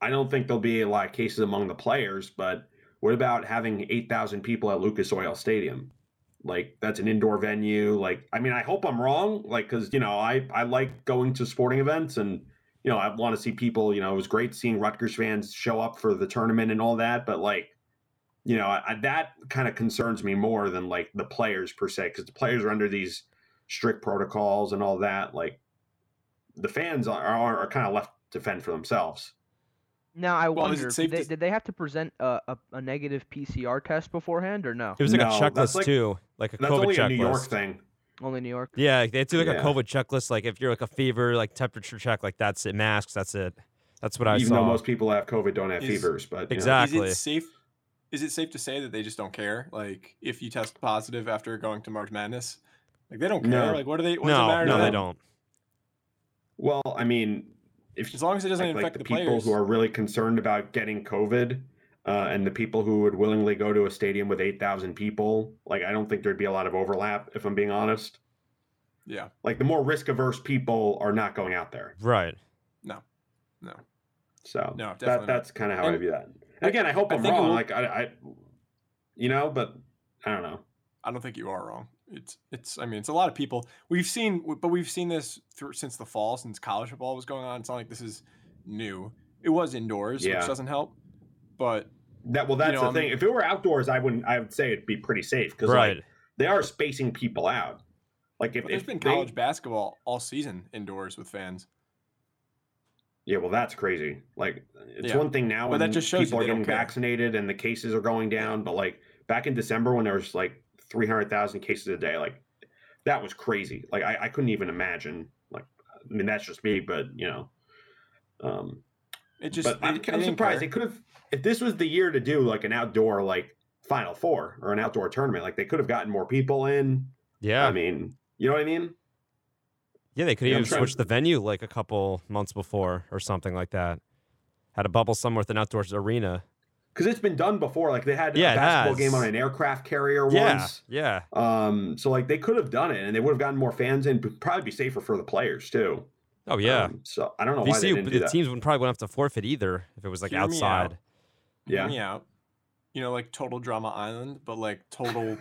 Speaker 3: I don't think there'll be a lot of cases among the players, but what about having 8,000 people at Lucas Oil Stadium? Like that's an indoor venue. Like I mean, I hope I'm wrong, like cuz you know, I I like going to sporting events and you know, I want to see people, you know, it was great seeing Rutgers fans show up for the tournament and all that, but like you know, I, that kind of concerns me more than like the players per se, because the players are under these strict protocols and all that. Like the fans are are, are kind of left to fend for themselves.
Speaker 4: Now I
Speaker 2: Well, is it
Speaker 4: wonder,
Speaker 2: safe
Speaker 4: did they,
Speaker 2: to-
Speaker 4: did they have to present a, a, a negative PCR test beforehand or no?
Speaker 1: It was like
Speaker 3: No,
Speaker 1: a
Speaker 3: that's
Speaker 1: checklist
Speaker 3: like-
Speaker 1: too, like a
Speaker 3: That's
Speaker 1: COVID
Speaker 3: only
Speaker 1: checklist.
Speaker 3: a New York thing.
Speaker 4: Only New York.
Speaker 1: Yeah, they do like a
Speaker 3: Yeah.
Speaker 1: COVID checklist. Like if you're like a fever, like temperature check, like that's it. Masks, that's it. That's what I
Speaker 3: Even
Speaker 1: saw.
Speaker 3: though most people that have COVID don't have
Speaker 2: Is-
Speaker 3: fevers, but you know.
Speaker 1: Exact-
Speaker 2: Is
Speaker 1: Exactly.
Speaker 2: it safe? Is it safe to say that they just don't care? Like, if you test positive after going to March Madness, like they don't care.
Speaker 3: No.
Speaker 2: Like, what are they? What does it
Speaker 1: no,
Speaker 2: matter
Speaker 1: no,
Speaker 2: to
Speaker 1: they
Speaker 2: them?
Speaker 1: don't.
Speaker 3: Well, I mean, if
Speaker 2: As long as it doesn't
Speaker 3: like, like
Speaker 2: infect
Speaker 3: the,
Speaker 2: the,
Speaker 3: people
Speaker 2: players.
Speaker 3: who are really concerned about getting COVID. Uh, and the people who would willingly go to a stadium with 8,000 people, like, I don't think there'd be a lot of overlap, if I'm being honest.
Speaker 2: yeah,
Speaker 3: Like, the more risk averse people are not going out there.
Speaker 1: Right.
Speaker 2: no.
Speaker 3: So
Speaker 2: No, definitely
Speaker 3: that,
Speaker 2: not.
Speaker 3: that's kind of how I
Speaker 2: And-
Speaker 3: view that. Again, I hope
Speaker 2: I
Speaker 3: I'm
Speaker 2: think it
Speaker 3: wrong.
Speaker 2: will-
Speaker 3: Like I, I, you know, but I don't know.
Speaker 2: I don't think you are wrong. It's it's. I mean, it's a lot of people. We've seen, but we've seen this through, since the fall, since college football was going on. It's not like this is new. It was indoors,
Speaker 3: Yeah.
Speaker 2: which doesn't help. But
Speaker 3: That well, that's
Speaker 2: know,
Speaker 3: the
Speaker 2: I'm-
Speaker 3: thing. If it were outdoors, I wouldn't. I would say it'd be pretty safe because
Speaker 1: Right.
Speaker 3: they are spacing people out. Like if,
Speaker 2: but there's
Speaker 3: if
Speaker 2: been
Speaker 3: they-
Speaker 2: college basketball all season indoors with fans.
Speaker 3: yeah, well, that's crazy. Like it's
Speaker 2: Yeah.
Speaker 3: one thing now,
Speaker 2: But
Speaker 3: when
Speaker 2: that just shows
Speaker 3: people
Speaker 2: you
Speaker 3: are
Speaker 2: they don't
Speaker 3: getting
Speaker 2: care.
Speaker 3: vaccinated and the cases are going down. But like back in December when there was like three hundred thousand cases a day, like that was crazy. Like I, I couldn't even imagine. Like I mean, that's just me, but you know, um,
Speaker 2: It just.
Speaker 3: but
Speaker 2: they-
Speaker 3: I'm,
Speaker 2: they
Speaker 3: I'm
Speaker 2: didn't care.
Speaker 3: surprised they could have. If this was the year to do like an outdoor like Final Four or an outdoor tournament, like they could have gotten more people in.
Speaker 1: Yeah.
Speaker 3: I mean, you know what I mean?
Speaker 1: yeah, they could
Speaker 3: Yeah, I'm
Speaker 1: even
Speaker 3: trying-
Speaker 1: switch the venue like a couple months before or something like that. Had a bubble somewhere with an outdoors arena.
Speaker 3: Because it's been done before. Like they had
Speaker 1: Yeah,
Speaker 3: a
Speaker 1: it
Speaker 3: basketball game
Speaker 1: has.
Speaker 3: on an aircraft carrier
Speaker 1: Yeah.
Speaker 3: once.
Speaker 1: Yeah.
Speaker 3: Um, so like they could have done it, and they would have gotten more fans in, but probably be safer for the players too.
Speaker 1: Oh yeah.
Speaker 3: Um, so I don't know why they
Speaker 1: VCU,
Speaker 3: didn't
Speaker 1: but
Speaker 3: do
Speaker 1: the
Speaker 3: that.
Speaker 1: teams would probably wouldn't have to forfeit either if it was like
Speaker 2: Hear me out.
Speaker 1: outside.
Speaker 3: yeah.
Speaker 2: me out. You know, like total drama island, but like total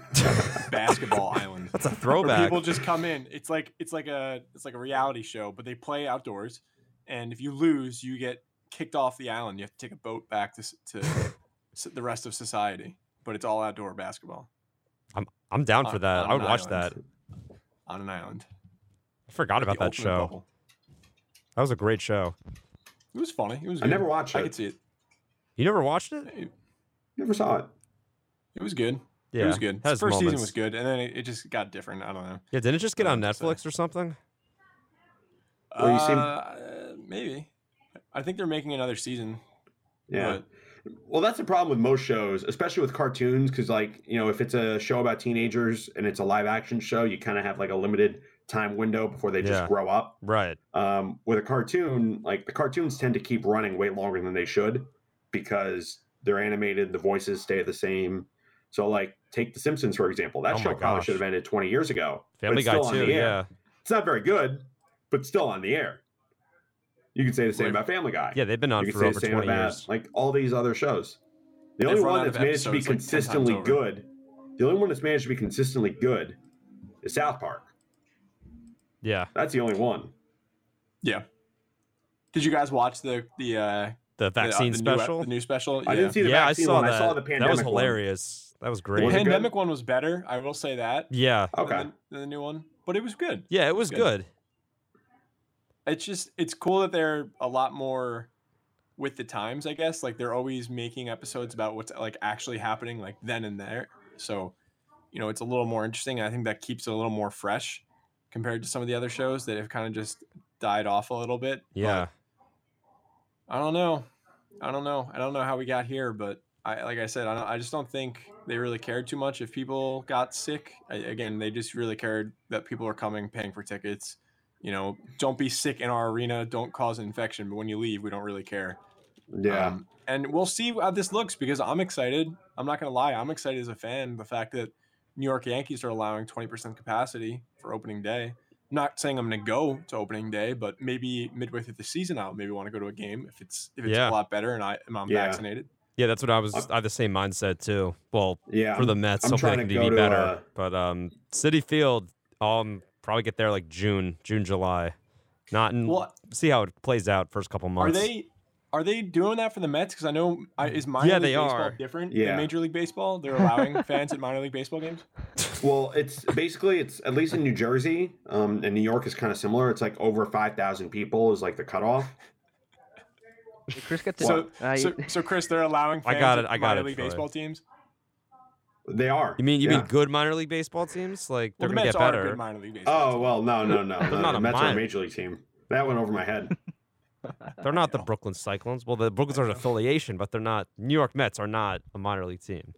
Speaker 2: basketball island.
Speaker 1: That's a
Speaker 2: Where
Speaker 1: throwback.
Speaker 2: people just come in. It's like it's like a it's like a reality show, but they play outdoors. And if you lose, you get kicked off the island. You have to take a boat back to s- to s- the rest of society. But it's all outdoor basketball
Speaker 1: I'm down
Speaker 2: on-
Speaker 1: for that.
Speaker 2: on
Speaker 1: I would
Speaker 2: an
Speaker 1: watch that.
Speaker 2: island. on an island.
Speaker 1: I forgot
Speaker 2: Like
Speaker 1: about
Speaker 2: the
Speaker 1: that
Speaker 2: ultimate
Speaker 1: show.
Speaker 2: bubble.
Speaker 1: That was a great show.
Speaker 2: It was funny. It was.
Speaker 3: I
Speaker 2: good.
Speaker 3: never watched
Speaker 2: I
Speaker 3: it.
Speaker 2: could see it.
Speaker 1: You never watched it?
Speaker 2: It,
Speaker 3: Never saw it.
Speaker 2: it was good.
Speaker 1: Yeah.
Speaker 2: It was good.
Speaker 1: Has
Speaker 2: First season
Speaker 1: moments.
Speaker 2: was good, and then it, it just got different. I don't know.
Speaker 1: Yeah, didn't it just get
Speaker 2: I
Speaker 1: on
Speaker 2: don't know what to
Speaker 1: Netflix or something?
Speaker 3: Well, you seem-
Speaker 2: Uh, maybe. I think they're making another season.
Speaker 3: Yeah.
Speaker 2: but-
Speaker 3: Well, that's the problem with most shows, especially with cartoons, because like you know, if it's a show about teenagers and it's a live action show, you kind of have like a limited time window before they just
Speaker 1: Yeah.
Speaker 3: grow up.
Speaker 1: Right.
Speaker 3: Um, with a cartoon, like the cartoons tend to keep running way longer than they should because they're animated, the voices stay the same. So, like, take The Simpsons for example. That
Speaker 1: Oh my
Speaker 3: show probably
Speaker 1: gosh.
Speaker 3: should have ended twenty years ago. but
Speaker 1: Family
Speaker 3: it's
Speaker 1: Guy
Speaker 3: still on
Speaker 1: too.
Speaker 3: the air.
Speaker 1: Yeah.
Speaker 3: it's not very good, but still on the air. You could say the same
Speaker 2: Right.
Speaker 3: about Family Guy.
Speaker 1: Yeah, they've been on
Speaker 3: You can
Speaker 1: for
Speaker 3: say the
Speaker 1: over
Speaker 3: same
Speaker 1: 20
Speaker 3: about
Speaker 1: years.
Speaker 3: like all these other shows. The
Speaker 2: They've
Speaker 3: only
Speaker 2: run
Speaker 3: one
Speaker 2: out of
Speaker 3: that's managed to be
Speaker 2: episodes, like, 10 times
Speaker 3: consistently
Speaker 2: over.
Speaker 3: good, the only one that's managed to be consistently good, is South Park.
Speaker 1: Yeah.
Speaker 3: That's the only one.
Speaker 2: Yeah. Did you guys watch the the uh,
Speaker 1: The
Speaker 2: the- uh,
Speaker 1: vaccine
Speaker 2: the new ep-
Speaker 1: special.
Speaker 2: the new special.
Speaker 3: I didn't see the
Speaker 1: yeah, I
Speaker 3: vaccine
Speaker 1: saw
Speaker 3: one.
Speaker 1: that.
Speaker 3: I saw the
Speaker 1: that
Speaker 3: pandemic.
Speaker 1: was
Speaker 3: one.
Speaker 1: hilarious. That was great.
Speaker 3: Was
Speaker 2: the
Speaker 3: it good?
Speaker 2: pandemic one was better. I will say that.
Speaker 1: Yeah.
Speaker 3: Okay.
Speaker 2: Than the, than the new one, but it was good.
Speaker 1: Yeah, it was
Speaker 2: Good.
Speaker 1: good.
Speaker 2: It's just it's cool that they're a lot more with the times. I guess like they're always making episodes about what's like actually happening like then and there. So you know it's a little more interesting. And I think that keeps it a little more fresh compared to some of the other shows that have kind of just died off a little bit. But
Speaker 1: Yeah.
Speaker 2: I don't know. I don't know. I don't know how we got here, but I like I said, I, don't, I just don't think they really cared too much if people got sick. I, again, they just really cared that people are coming, paying for tickets. You know, don't be sick in our arena. Don't cause an infection. But when you leave, we don't really care.
Speaker 3: Yeah.
Speaker 2: Um, and we'll see how this looks because I'm excited. I'm not going to lie. I'm excited as a fan. The fact that New York Yankees are allowing 20% capacity for opening day. I'm not saying I'm going to go to opening day, but maybe midway through the season, I'll maybe want to go to a game if it's if it's
Speaker 1: Yeah.
Speaker 2: a lot better and I and I'm
Speaker 3: Yeah.
Speaker 2: vaccinated.
Speaker 1: Yeah, that's what I was. I have the same mindset too. Well,
Speaker 3: yeah.
Speaker 1: for the Mets,
Speaker 3: I'm
Speaker 1: hopefully
Speaker 3: trying
Speaker 1: they
Speaker 3: to
Speaker 1: can
Speaker 3: go
Speaker 1: be
Speaker 3: to,
Speaker 1: better.
Speaker 3: uh,
Speaker 1: but um, City Field, um, probably get there like June, June, July. Not in,
Speaker 2: Well,
Speaker 1: see how it plays out first couple
Speaker 2: are
Speaker 1: Mm, months.
Speaker 2: they are they doing that for the Mets? Because I know I, is minor
Speaker 1: Yeah,
Speaker 2: league
Speaker 1: they
Speaker 2: baseball
Speaker 1: are.
Speaker 2: different
Speaker 3: Yeah.
Speaker 2: than Major League Baseball? They're allowing fans at minor league baseball games.
Speaker 3: Well, it's basically it's at least in New Jersey, um, and New York is kind of similar. It's like over five thousand people is like the cutoff.
Speaker 4: Did Chris get to
Speaker 2: So,
Speaker 4: uh,
Speaker 2: so, so Chris, they're allowing.
Speaker 1: I
Speaker 2: Fans
Speaker 1: got
Speaker 2: at
Speaker 1: it, I got
Speaker 2: minor
Speaker 1: it,
Speaker 2: League
Speaker 1: Troy.
Speaker 2: baseball teams.
Speaker 3: They are.
Speaker 1: You mean you
Speaker 3: Yeah.
Speaker 1: mean good minor league baseball teams? Like
Speaker 2: Well,
Speaker 1: they're
Speaker 2: the
Speaker 1: gonna
Speaker 2: Mets
Speaker 1: get
Speaker 2: are a
Speaker 1: better.
Speaker 2: good minor league baseball.
Speaker 3: Oh well, no, no, no. no,
Speaker 1: not
Speaker 3: the
Speaker 1: a
Speaker 3: Mets are a
Speaker 1: minor-
Speaker 3: major league team. That went over my head.
Speaker 1: They're not the Brooklyn Cyclones. Well, the Brooklyn's are an affiliation, but they're not. New York Mets are not a minor league team.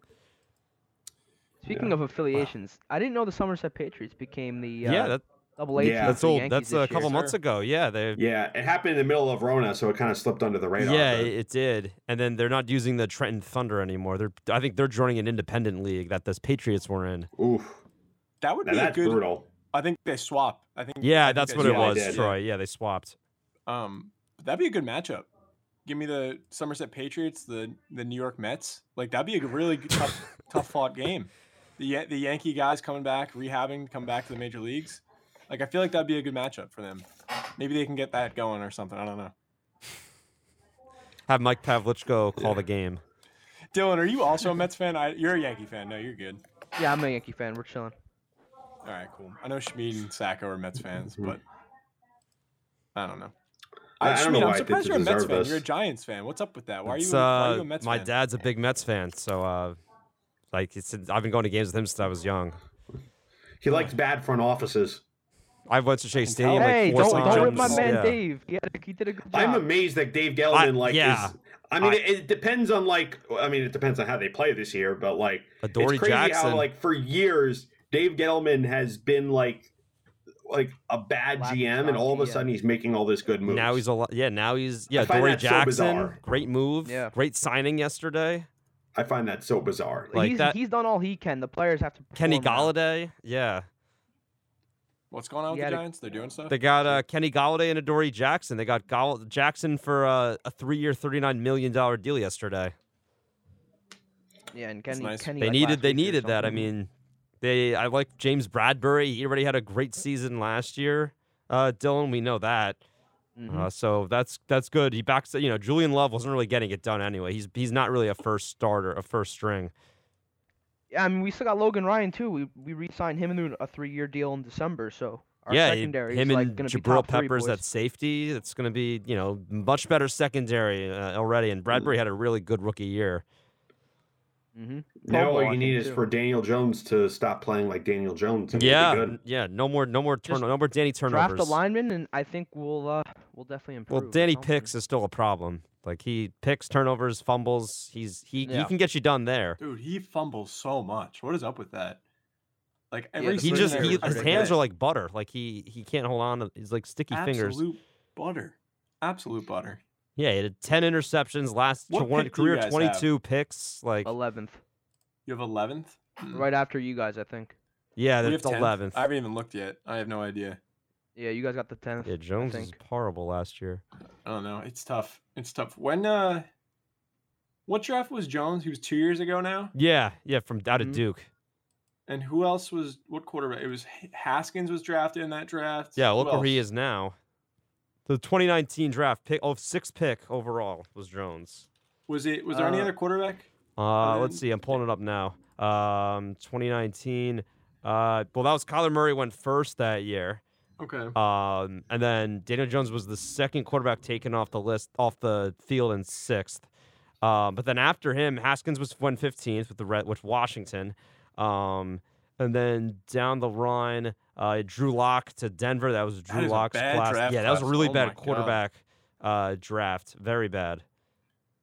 Speaker 4: Speaking of affiliations, I didn't know the Somerset Patriots became the
Speaker 1: Yeah,
Speaker 4: uh,
Speaker 1: that,
Speaker 4: double A. team
Speaker 3: Yeah.
Speaker 4: for
Speaker 1: that's
Speaker 4: the
Speaker 1: old.
Speaker 4: Yankees
Speaker 1: That's a
Speaker 4: this year.
Speaker 1: couple months
Speaker 2: sir.
Speaker 1: ago. Yeah, they.
Speaker 3: Yeah, it happened in the middle of Rona, so it kind of slipped under the radar.
Speaker 1: Yeah,
Speaker 3: but-
Speaker 1: it it did. And then they're not using the Trenton Thunder anymore. They're I think they're joining an independent league that the Patriots were in.
Speaker 3: oof.
Speaker 2: that would
Speaker 3: Now
Speaker 2: be a
Speaker 3: that's
Speaker 2: good.
Speaker 3: brutal.
Speaker 2: I think they swap. I think. I
Speaker 1: Yeah,
Speaker 2: think
Speaker 1: that's
Speaker 2: they
Speaker 1: what it
Speaker 3: yeah, they
Speaker 2: swap.
Speaker 1: was,
Speaker 3: did.
Speaker 1: Troy. Yeah, they swapped.
Speaker 2: Um, but that'd be a good matchup. Give me the Somerset Patriots, the the New York Mets. Like that'd be a really good, tough tough fought game. The Ya- the Yankee guys coming back, rehabbing, come back to the major leagues. Like I feel like that'd be a good matchup for them. Maybe they can get that going or something. I don't know.
Speaker 1: Have Mike Pavlichko call the game.
Speaker 2: Dylan, are you also a Mets fan? I, you're a Yankee fan. No, you're good.
Speaker 4: Yeah, I'm a Yankee fan. We're chilling.
Speaker 2: All right, cool. I know Schmid and Sacco are Mets fans,
Speaker 3: Mhm.
Speaker 2: but Mm-hmm. I don't know.
Speaker 3: I- I don't know
Speaker 2: Schmid,
Speaker 3: why I
Speaker 2: I'm
Speaker 3: did
Speaker 2: surprised
Speaker 3: to
Speaker 2: you're a Mets
Speaker 3: deserve
Speaker 2: fan.
Speaker 3: this.
Speaker 2: You're a Giants fan. What's up with that? Why are you,
Speaker 1: It's,
Speaker 2: why are you
Speaker 1: uh,
Speaker 2: a Mets
Speaker 1: my
Speaker 2: fan?
Speaker 1: dad's a big Mets fan, so uh, like it's, I've been going to games with him since I was young.
Speaker 3: He likes bad front offices.
Speaker 1: I went to Shea
Speaker 2: tell.
Speaker 1: Stadium like
Speaker 4: hey,
Speaker 1: four
Speaker 4: don't,
Speaker 1: times.
Speaker 4: don't rip my
Speaker 2: Jones.
Speaker 4: man
Speaker 1: yeah.
Speaker 4: Dave. He, had a- he did a good job.
Speaker 3: I'm amazed that Dave Gettleman
Speaker 1: I-
Speaker 3: like
Speaker 1: yeah.
Speaker 3: is. I mean,
Speaker 1: I-
Speaker 3: it, it depends on like. I mean, it depends on how they play this year, but like,
Speaker 1: Adoree
Speaker 3: it's crazy
Speaker 1: Jackson.
Speaker 3: how like for years Dave Gettleman has been like, like a bad
Speaker 4: Black-
Speaker 3: GM, and
Speaker 4: black
Speaker 3: all of a
Speaker 4: GM.
Speaker 3: sudden he's making all this good moves.
Speaker 1: now he's a lot. Yeah, now he's yeah.
Speaker 3: I find
Speaker 1: Dory
Speaker 3: that so
Speaker 1: Jackson,
Speaker 3: bizarre.
Speaker 1: great move.
Speaker 4: Yeah.
Speaker 1: great signing yesterday.
Speaker 3: I find that so bizarre.
Speaker 1: like
Speaker 4: he's,
Speaker 1: that-
Speaker 4: he's done all he can. The players have to.
Speaker 1: Kenny
Speaker 4: perform now.
Speaker 1: Galladay. Yeah,
Speaker 2: What's going on
Speaker 4: He
Speaker 2: with
Speaker 4: had
Speaker 2: the
Speaker 4: a-
Speaker 2: Giants? They're doing stuff.
Speaker 1: they got uh, Kenny Galladay and Adoree Jackson. They got Gall- Jackson for uh, a three-year, thirty-nine million dollar deal yesterday.
Speaker 4: Yeah, and
Speaker 2: That's
Speaker 4: Kenny.
Speaker 2: nice.
Speaker 4: Kenny
Speaker 1: They
Speaker 4: like,
Speaker 1: needed
Speaker 4: last
Speaker 1: they
Speaker 4: week or
Speaker 1: needed that. I
Speaker 4: something.
Speaker 1: mean, they I like James Bradbury. He already had a great season last year. Uh, Dylan, we know that.
Speaker 4: Mhm.
Speaker 1: Uh, so that's that's good. He backs you know Julian Love wasn't really getting it done anyway. He's he's not really a first starter, a first string.
Speaker 4: Yeah, I mean, we still got Logan Ryan too. We we re-signed him into a three-year deal in December, so our
Speaker 1: yeah, he-
Speaker 4: secondary
Speaker 1: him
Speaker 4: is like
Speaker 1: and
Speaker 4: going to be
Speaker 1: Jabril
Speaker 4: top three
Speaker 1: Peppers
Speaker 4: boys.
Speaker 1: at safety. That's going to be you know much better secondary uh, already. And Bradbury had a really good rookie year.
Speaker 4: hmm
Speaker 3: now
Speaker 4: Promo,
Speaker 3: all
Speaker 4: I
Speaker 3: you need
Speaker 4: think,
Speaker 3: is
Speaker 4: too.
Speaker 3: for Daniel Jones to stop playing like Daniel Jones. and he'll be
Speaker 1: Yeah,
Speaker 3: good.
Speaker 1: n- yeah. No more no more turn
Speaker 4: Just
Speaker 1: no more Danny turnovers.
Speaker 4: Draft a lineman, and I think we'll uh we'll definitely
Speaker 1: well,
Speaker 4: improve. you
Speaker 1: Danny
Speaker 4: know?
Speaker 1: picks is still a problem. Like he picks turnovers, fumbles. He's he he
Speaker 4: Yeah.
Speaker 1: can get you done there.
Speaker 2: Dude, he fumbles so much. What is up with that? Like
Speaker 4: Yeah,
Speaker 2: every
Speaker 4: the
Speaker 1: He just
Speaker 4: Prisoners
Speaker 1: he,
Speaker 4: are
Speaker 1: his
Speaker 4: like
Speaker 1: hands
Speaker 4: that.
Speaker 1: are like butter. Like he he can't hold on. to He's like sticky fingers.
Speaker 2: absolute butter, absolute butter.
Speaker 1: Yeah, he had 10 interceptions last
Speaker 2: What
Speaker 1: one
Speaker 2: pick do you
Speaker 1: career
Speaker 2: guys have?
Speaker 1: 22 picks. Like,
Speaker 4: eleventh,
Speaker 2: You have eleventh. Hmm.
Speaker 4: right after you guys, I think.
Speaker 1: yeah, that's 11th.
Speaker 2: I haven't even looked yet. I have no idea.
Speaker 4: Yeah, you guys got the tenth.
Speaker 1: yeah, Jones is
Speaker 4: think.
Speaker 1: horrible last year.
Speaker 2: I don't know. It's tough. It's tough. When uh, what draft was Jones? He was two years ago now.
Speaker 1: Yeah, yeah, from out of
Speaker 4: Mhm.
Speaker 1: Duke.
Speaker 2: And who else was what quarterback? It was H- Haskins was drafted in that draft.
Speaker 1: Yeah,
Speaker 2: Who
Speaker 1: look where he
Speaker 2: else?
Speaker 1: is now. The 2019 draft pick, oh, sixth pick overall was Jones.
Speaker 2: Was it? Was there any
Speaker 4: Uh,
Speaker 2: other quarterback?
Speaker 1: Uh, let's
Speaker 2: then-
Speaker 1: see, I'm pulling it up now. Um, 2019. Uh, well, that was Kyler Murray went first that year.
Speaker 2: Okay.
Speaker 1: Um, and then Daniel Jones was the second quarterback taken off the list, off the field in sixth. Um, but then after him, Haskins was went 15th with the red with Washington. Um, And then down the line, uh, Drew Lock to Denver. That was Drew
Speaker 2: is a
Speaker 1: Lock's
Speaker 2: bad
Speaker 1: class.
Speaker 2: draft
Speaker 1: Yeah, that was a
Speaker 2: class.
Speaker 1: really
Speaker 2: Oh my
Speaker 1: bad
Speaker 2: God.
Speaker 1: quarterback uh, draft. Very bad.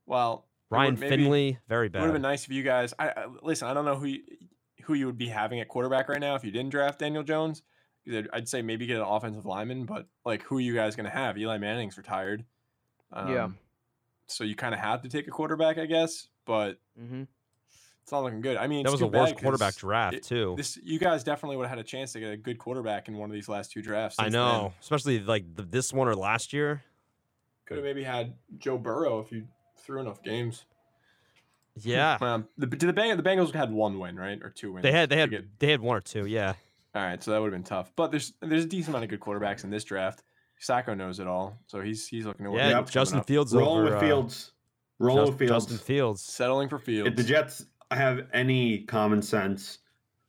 Speaker 2: Well, it
Speaker 1: Ryan
Speaker 2: would- maybe-
Speaker 1: Finley, very
Speaker 2: It would have been
Speaker 1: bad.
Speaker 2: nice if you guys. I, I listen. I don't know who you, who you would be having at quarterback right now if you didn't draft Daniel Jones. 'Cause I'd, I'd say maybe get an offensive lineman, but like, who are you guys going to have? Eli Manning's retired. Um,
Speaker 4: Yeah.
Speaker 2: So you kind of have to take a quarterback, I guess, but
Speaker 4: Mm-hmm.
Speaker 2: it's not looking good. I mean,
Speaker 1: That
Speaker 2: it's
Speaker 1: was
Speaker 2: too
Speaker 1: the worst
Speaker 2: bad
Speaker 1: quarterback
Speaker 2: 'cause
Speaker 1: draft
Speaker 2: it-
Speaker 1: too.
Speaker 2: This you guys definitely would have had a chance to get a good quarterback in one of these last two drafts.
Speaker 1: I know, especially like the, this one or last year.
Speaker 2: Could have maybe had Joe Burrow if you threw enough games.
Speaker 1: Yeah,
Speaker 2: Um, the did the, Bang, the Bengals had one win, right, or two wins?
Speaker 1: they had they
Speaker 2: to
Speaker 1: had
Speaker 2: get-
Speaker 1: they had one or two. Yeah,
Speaker 2: All right, so that would have been tough. But there's there's a decent amount of good quarterbacks in this draft. Sacco knows it all, so he's he's looking at where
Speaker 1: yeah.
Speaker 2: he's
Speaker 3: Yep.
Speaker 2: coming
Speaker 1: Justin
Speaker 2: up.
Speaker 1: Fields
Speaker 3: Rolling
Speaker 1: over
Speaker 3: with
Speaker 1: uh,
Speaker 3: Fields. Rolling
Speaker 1: Just-
Speaker 3: with Fields.
Speaker 1: Justin Fields.
Speaker 2: settling for Fields.
Speaker 3: If the Jets have any common sense,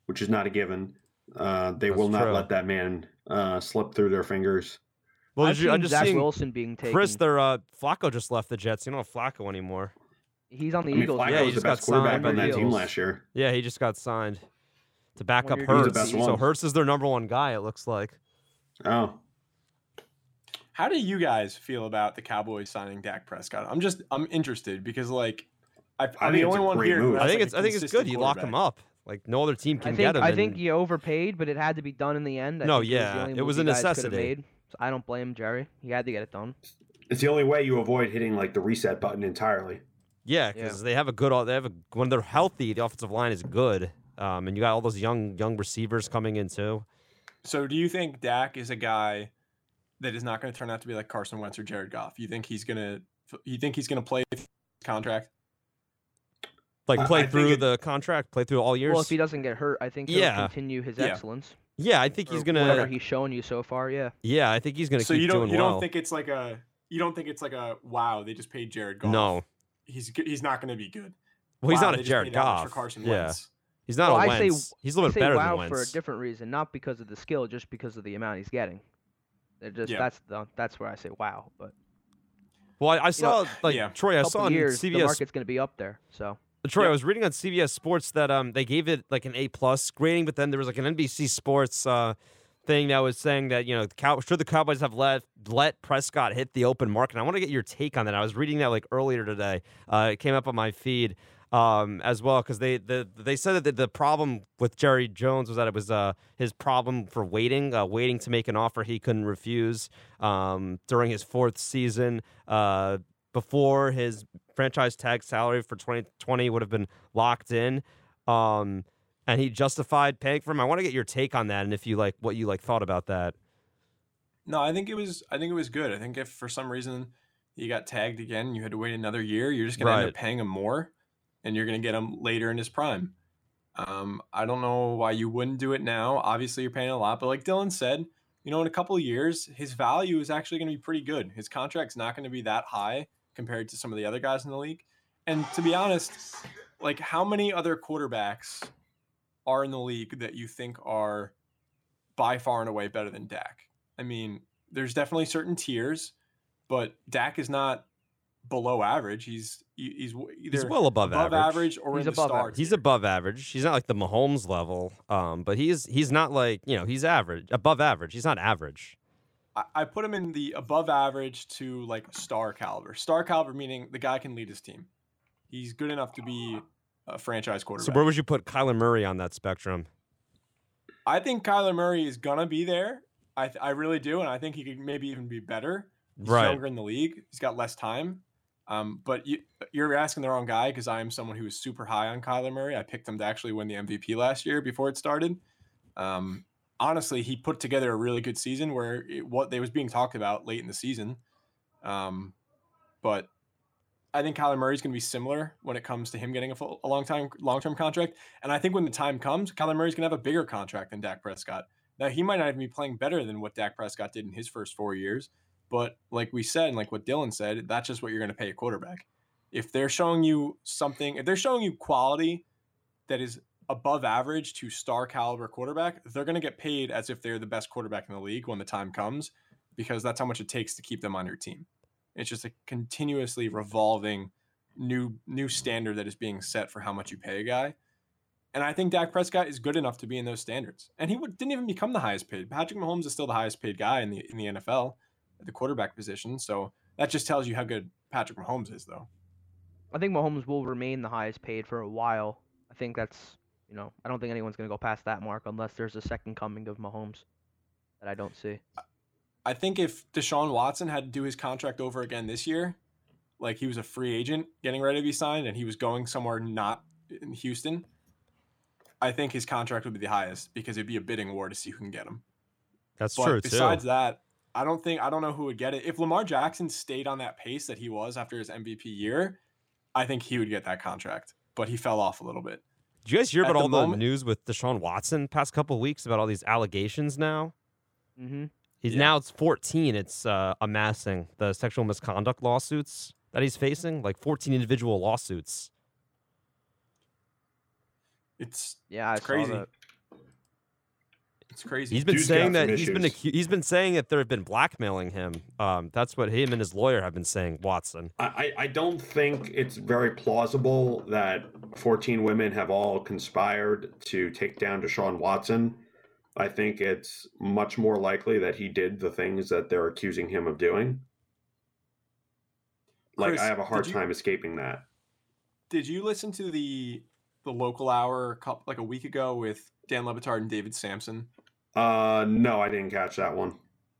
Speaker 3: which is not a given, uh, they
Speaker 1: That's
Speaker 3: will not
Speaker 1: true.
Speaker 3: let that man uh, slip through their fingers.
Speaker 1: Well,
Speaker 4: I've
Speaker 1: did you, I'm
Speaker 4: seen
Speaker 1: just
Speaker 4: Zach
Speaker 1: seeing
Speaker 4: Wilson being taken.
Speaker 1: Chris. Their uh, Flacco just left the Jets. You don't have Flacco anymore.
Speaker 4: He's on the
Speaker 3: I mean,
Speaker 4: Eagles.
Speaker 3: Flacco
Speaker 1: Yeah, he
Speaker 3: was the
Speaker 1: just got
Speaker 3: best quarterback
Speaker 1: signed
Speaker 4: by
Speaker 3: on
Speaker 4: the
Speaker 3: that team
Speaker 4: Eagles.
Speaker 3: last year.
Speaker 1: Yeah, he just got signed to back up
Speaker 4: Wonder if he's the
Speaker 1: Hurts.
Speaker 3: best
Speaker 1: So
Speaker 3: one.
Speaker 1: Hurts is their number one guy. It looks like.
Speaker 3: Oh,
Speaker 2: How do you guys feel about the Cowboys signing Dak Prescott? I'm just I'm interested because like I, I'm
Speaker 3: think
Speaker 2: the
Speaker 3: it's
Speaker 2: only
Speaker 3: a
Speaker 2: one
Speaker 3: great
Speaker 2: here. who
Speaker 3: move.
Speaker 2: has,
Speaker 1: I think
Speaker 2: like,
Speaker 1: it's
Speaker 2: a
Speaker 1: I think it's
Speaker 2: consistent
Speaker 1: good. You lock him
Speaker 2: quarterback.
Speaker 1: up. Like no other team
Speaker 4: I
Speaker 1: can
Speaker 4: think
Speaker 1: get him.
Speaker 4: I think
Speaker 1: and-
Speaker 4: he overpaid, but it had to be done in the end. I
Speaker 1: No,
Speaker 4: think it was the
Speaker 1: yeah,
Speaker 4: only
Speaker 1: it
Speaker 4: move
Speaker 1: was
Speaker 4: you
Speaker 1: a
Speaker 4: guys could've
Speaker 1: necessity.
Speaker 4: Made, so I don't blame Jerry. He had to get it done.
Speaker 3: it's the only way you avoid hitting like the reset button entirely.
Speaker 1: yeah,
Speaker 4: Yeah.
Speaker 1: because they have a good. They have a, when they're healthy, the offensive line is good. Um, and you got all those young young receivers coming in too.
Speaker 2: So do you think Dak is a guy that is not going to turn out to be like Carson Wentz or Jared Goff? You think he's gonna you think he's gonna play his contract?
Speaker 1: Like
Speaker 3: I- I
Speaker 1: play
Speaker 3: think
Speaker 1: through
Speaker 3: it-
Speaker 1: the contract, play through all years.
Speaker 4: Well, if he doesn't get hurt, I think he'll
Speaker 1: Yeah.
Speaker 4: continue his
Speaker 2: Yeah.
Speaker 4: excellence.
Speaker 1: yeah, I think
Speaker 4: or
Speaker 1: he's
Speaker 4: whatever
Speaker 1: gonna.
Speaker 4: he's shown you so far. Yeah.
Speaker 1: Yeah, I think he's gonna
Speaker 2: So
Speaker 1: keep
Speaker 2: you don't
Speaker 1: doing
Speaker 2: you
Speaker 1: well.
Speaker 2: don't think it's like a you don't think it's like a wow they just paid Jared Goff?
Speaker 1: no,
Speaker 2: he's g- he's not going to be good.
Speaker 1: well he's
Speaker 2: Wow,
Speaker 1: not
Speaker 2: they
Speaker 1: a
Speaker 2: just
Speaker 1: Jared
Speaker 2: paid that much
Speaker 1: Goff.
Speaker 2: for Carson
Speaker 1: yeah,
Speaker 2: Wentz.
Speaker 1: he's not
Speaker 4: Well,
Speaker 1: a
Speaker 4: I say-
Speaker 1: Wentz. he's a
Speaker 4: I
Speaker 1: little bit
Speaker 4: say
Speaker 1: better
Speaker 4: wow
Speaker 1: than
Speaker 4: for a
Speaker 1: Wentz.
Speaker 4: different reason, not because of the skill, just because of the amount he's getting. They're just
Speaker 2: Yeah.
Speaker 4: that's the, that's where I say wow. But
Speaker 1: Well, I, I saw like
Speaker 2: yeah.
Speaker 1: Troy. I
Speaker 4: a
Speaker 1: saw
Speaker 4: couple
Speaker 1: on
Speaker 4: years, the
Speaker 1: CBS
Speaker 4: market's going to be up there. So
Speaker 1: Troy, I
Speaker 2: Yep.
Speaker 1: was reading on CBS Sports that um they gave it like an A plus grading, but then there was like an NBC Sports uh thing that was saying that you know the Cow- should the Cowboys have let let Prescott hit the open market. And I want to get your take on that. I was reading that like earlier today. Uh, it came up on my feed um as well because they the, they said that the, the problem with Jerry Jones was that it was uh his problem for waiting uh, waiting to make an offer he couldn't refuse um during his fourth season uh before his franchise tag salary for 2020 would have been locked in. Um, and he justified paying for him. I want to get your take on that and if you like what you like thought about that.
Speaker 2: No, I think it was I think it was good. I think if for some reason you got tagged again, and you had to wait another year, you're just going to end
Speaker 1: Right.
Speaker 2: up paying him more, and you're going to get him later in his prime. Um, I don't know why you wouldn't do it now. Obviously, you're paying a lot, but like Dylan said, you know, in a couple of years, his value is actually going to be pretty good. His contract's not going to be that high compared to some of the other guys in the league. And to be honest, like how many other quarterbacks are in the league that you think are by far and away better than Dak? I mean, there's definitely certain tiers, but Dak is not below average. He's he- he's w- either
Speaker 1: He's well above,
Speaker 2: above
Speaker 1: average.
Speaker 2: average, or
Speaker 4: He's
Speaker 2: in the
Speaker 4: above
Speaker 2: star.
Speaker 4: average.
Speaker 1: He's
Speaker 2: tier.
Speaker 1: above average. He's not like the Mahomes level, um, but he's he's not like you know he's average, above average. He's not average.
Speaker 2: I, I put him in the above average to like star caliber. Star caliber meaning the guy can lead his team. He's good enough to be a franchise quarterback.
Speaker 1: So where would you put Kyler Murray on that spectrum?
Speaker 2: I think Kyler Murray is gonna be there. I th- I really do, and I think he could maybe even be better. He's
Speaker 1: Right.
Speaker 2: younger in the league. He's got less time. Um, but you, you're asking the wrong guy because I am someone who is super high on Kyler Murray. I picked him to actually win the MVP last year before it started. Um, honestly, he put together a really good season where it, what they was being talked about late in the season. Um, but I think Kyler Murray's going to be similar when it comes to him getting a, full, a long time long term contract. And I think when the time comes, Kyler Murray's going to have a bigger contract than Dak Prescott. Now he might not even be playing better than what Dak Prescott did in his first four years, but like we said, and like what Dylan said, that's just what you're going to pay a quarterback. If they're showing you something, if they're showing you quality that is above average to star caliber quarterback, they're going to get paid as if they're the best quarterback in the league when the time comes, because that's how much it takes to keep them on your team. It's just a continuously revolving new new standard that is being set for how much you pay a guy. And I think Dak Prescott is good enough to be in those standards. And he would, didn't even become the highest paid. Patrick Mahomes is still the highest paid guy in the in the NFL at the quarterback position. So that just tells you how good Patrick Mahomes is, though.
Speaker 4: I think Mahomes will remain the highest paid for a while. I think that's you know I don't think anyone's gonna go past that mark unless there's a second coming of Mahomes that I don't see.
Speaker 2: I think if Deshaun Watson had to do his contract over again this year, like he was a free agent getting ready to be signed and he was going somewhere not in Houston, I think his contract would be the highest because it'd be a bidding war to see who can get him.
Speaker 1: That's
Speaker 2: But
Speaker 1: true
Speaker 2: besides
Speaker 1: too.
Speaker 2: that, I don't think I don't know who would get it. If Lamar Jackson stayed on that pace that he was after his MVP year, I think he would get that contract. But he fell off a little bit.
Speaker 1: Did you guys hear
Speaker 2: at
Speaker 1: about
Speaker 2: the
Speaker 1: all the
Speaker 2: moment-
Speaker 1: news with Deshaun Watson past couple weeks about all these allegations now?
Speaker 4: Mm-hmm.
Speaker 1: He's
Speaker 2: Yeah.
Speaker 1: now it's 14. It's uh, amassing the sexual misconduct lawsuits that he's facing, like 14 individual lawsuits.
Speaker 2: It's
Speaker 4: Yeah, I
Speaker 2: it's
Speaker 4: saw
Speaker 2: crazy.
Speaker 4: that.
Speaker 2: It's crazy.
Speaker 1: He's been
Speaker 3: Dude's got
Speaker 1: saying
Speaker 3: some
Speaker 1: that he's been
Speaker 3: issues.
Speaker 1: acu- he's been saying that there have been blackmailing him. Um, that's what him and his lawyer have been saying, Watson.
Speaker 3: I, I- I don't think it's very plausible that 14 women have all conspired to take down Deshaun Watson. I think it's much more likely that he did the things that they're accusing him of doing. Like,
Speaker 2: Chris,
Speaker 3: I have a hard
Speaker 2: did you-
Speaker 3: time escaping that.
Speaker 2: Did you listen to the the local hour a couple, like a week ago with Dan Levitard and David Sampson?
Speaker 3: Uh, no, I didn't catch that one.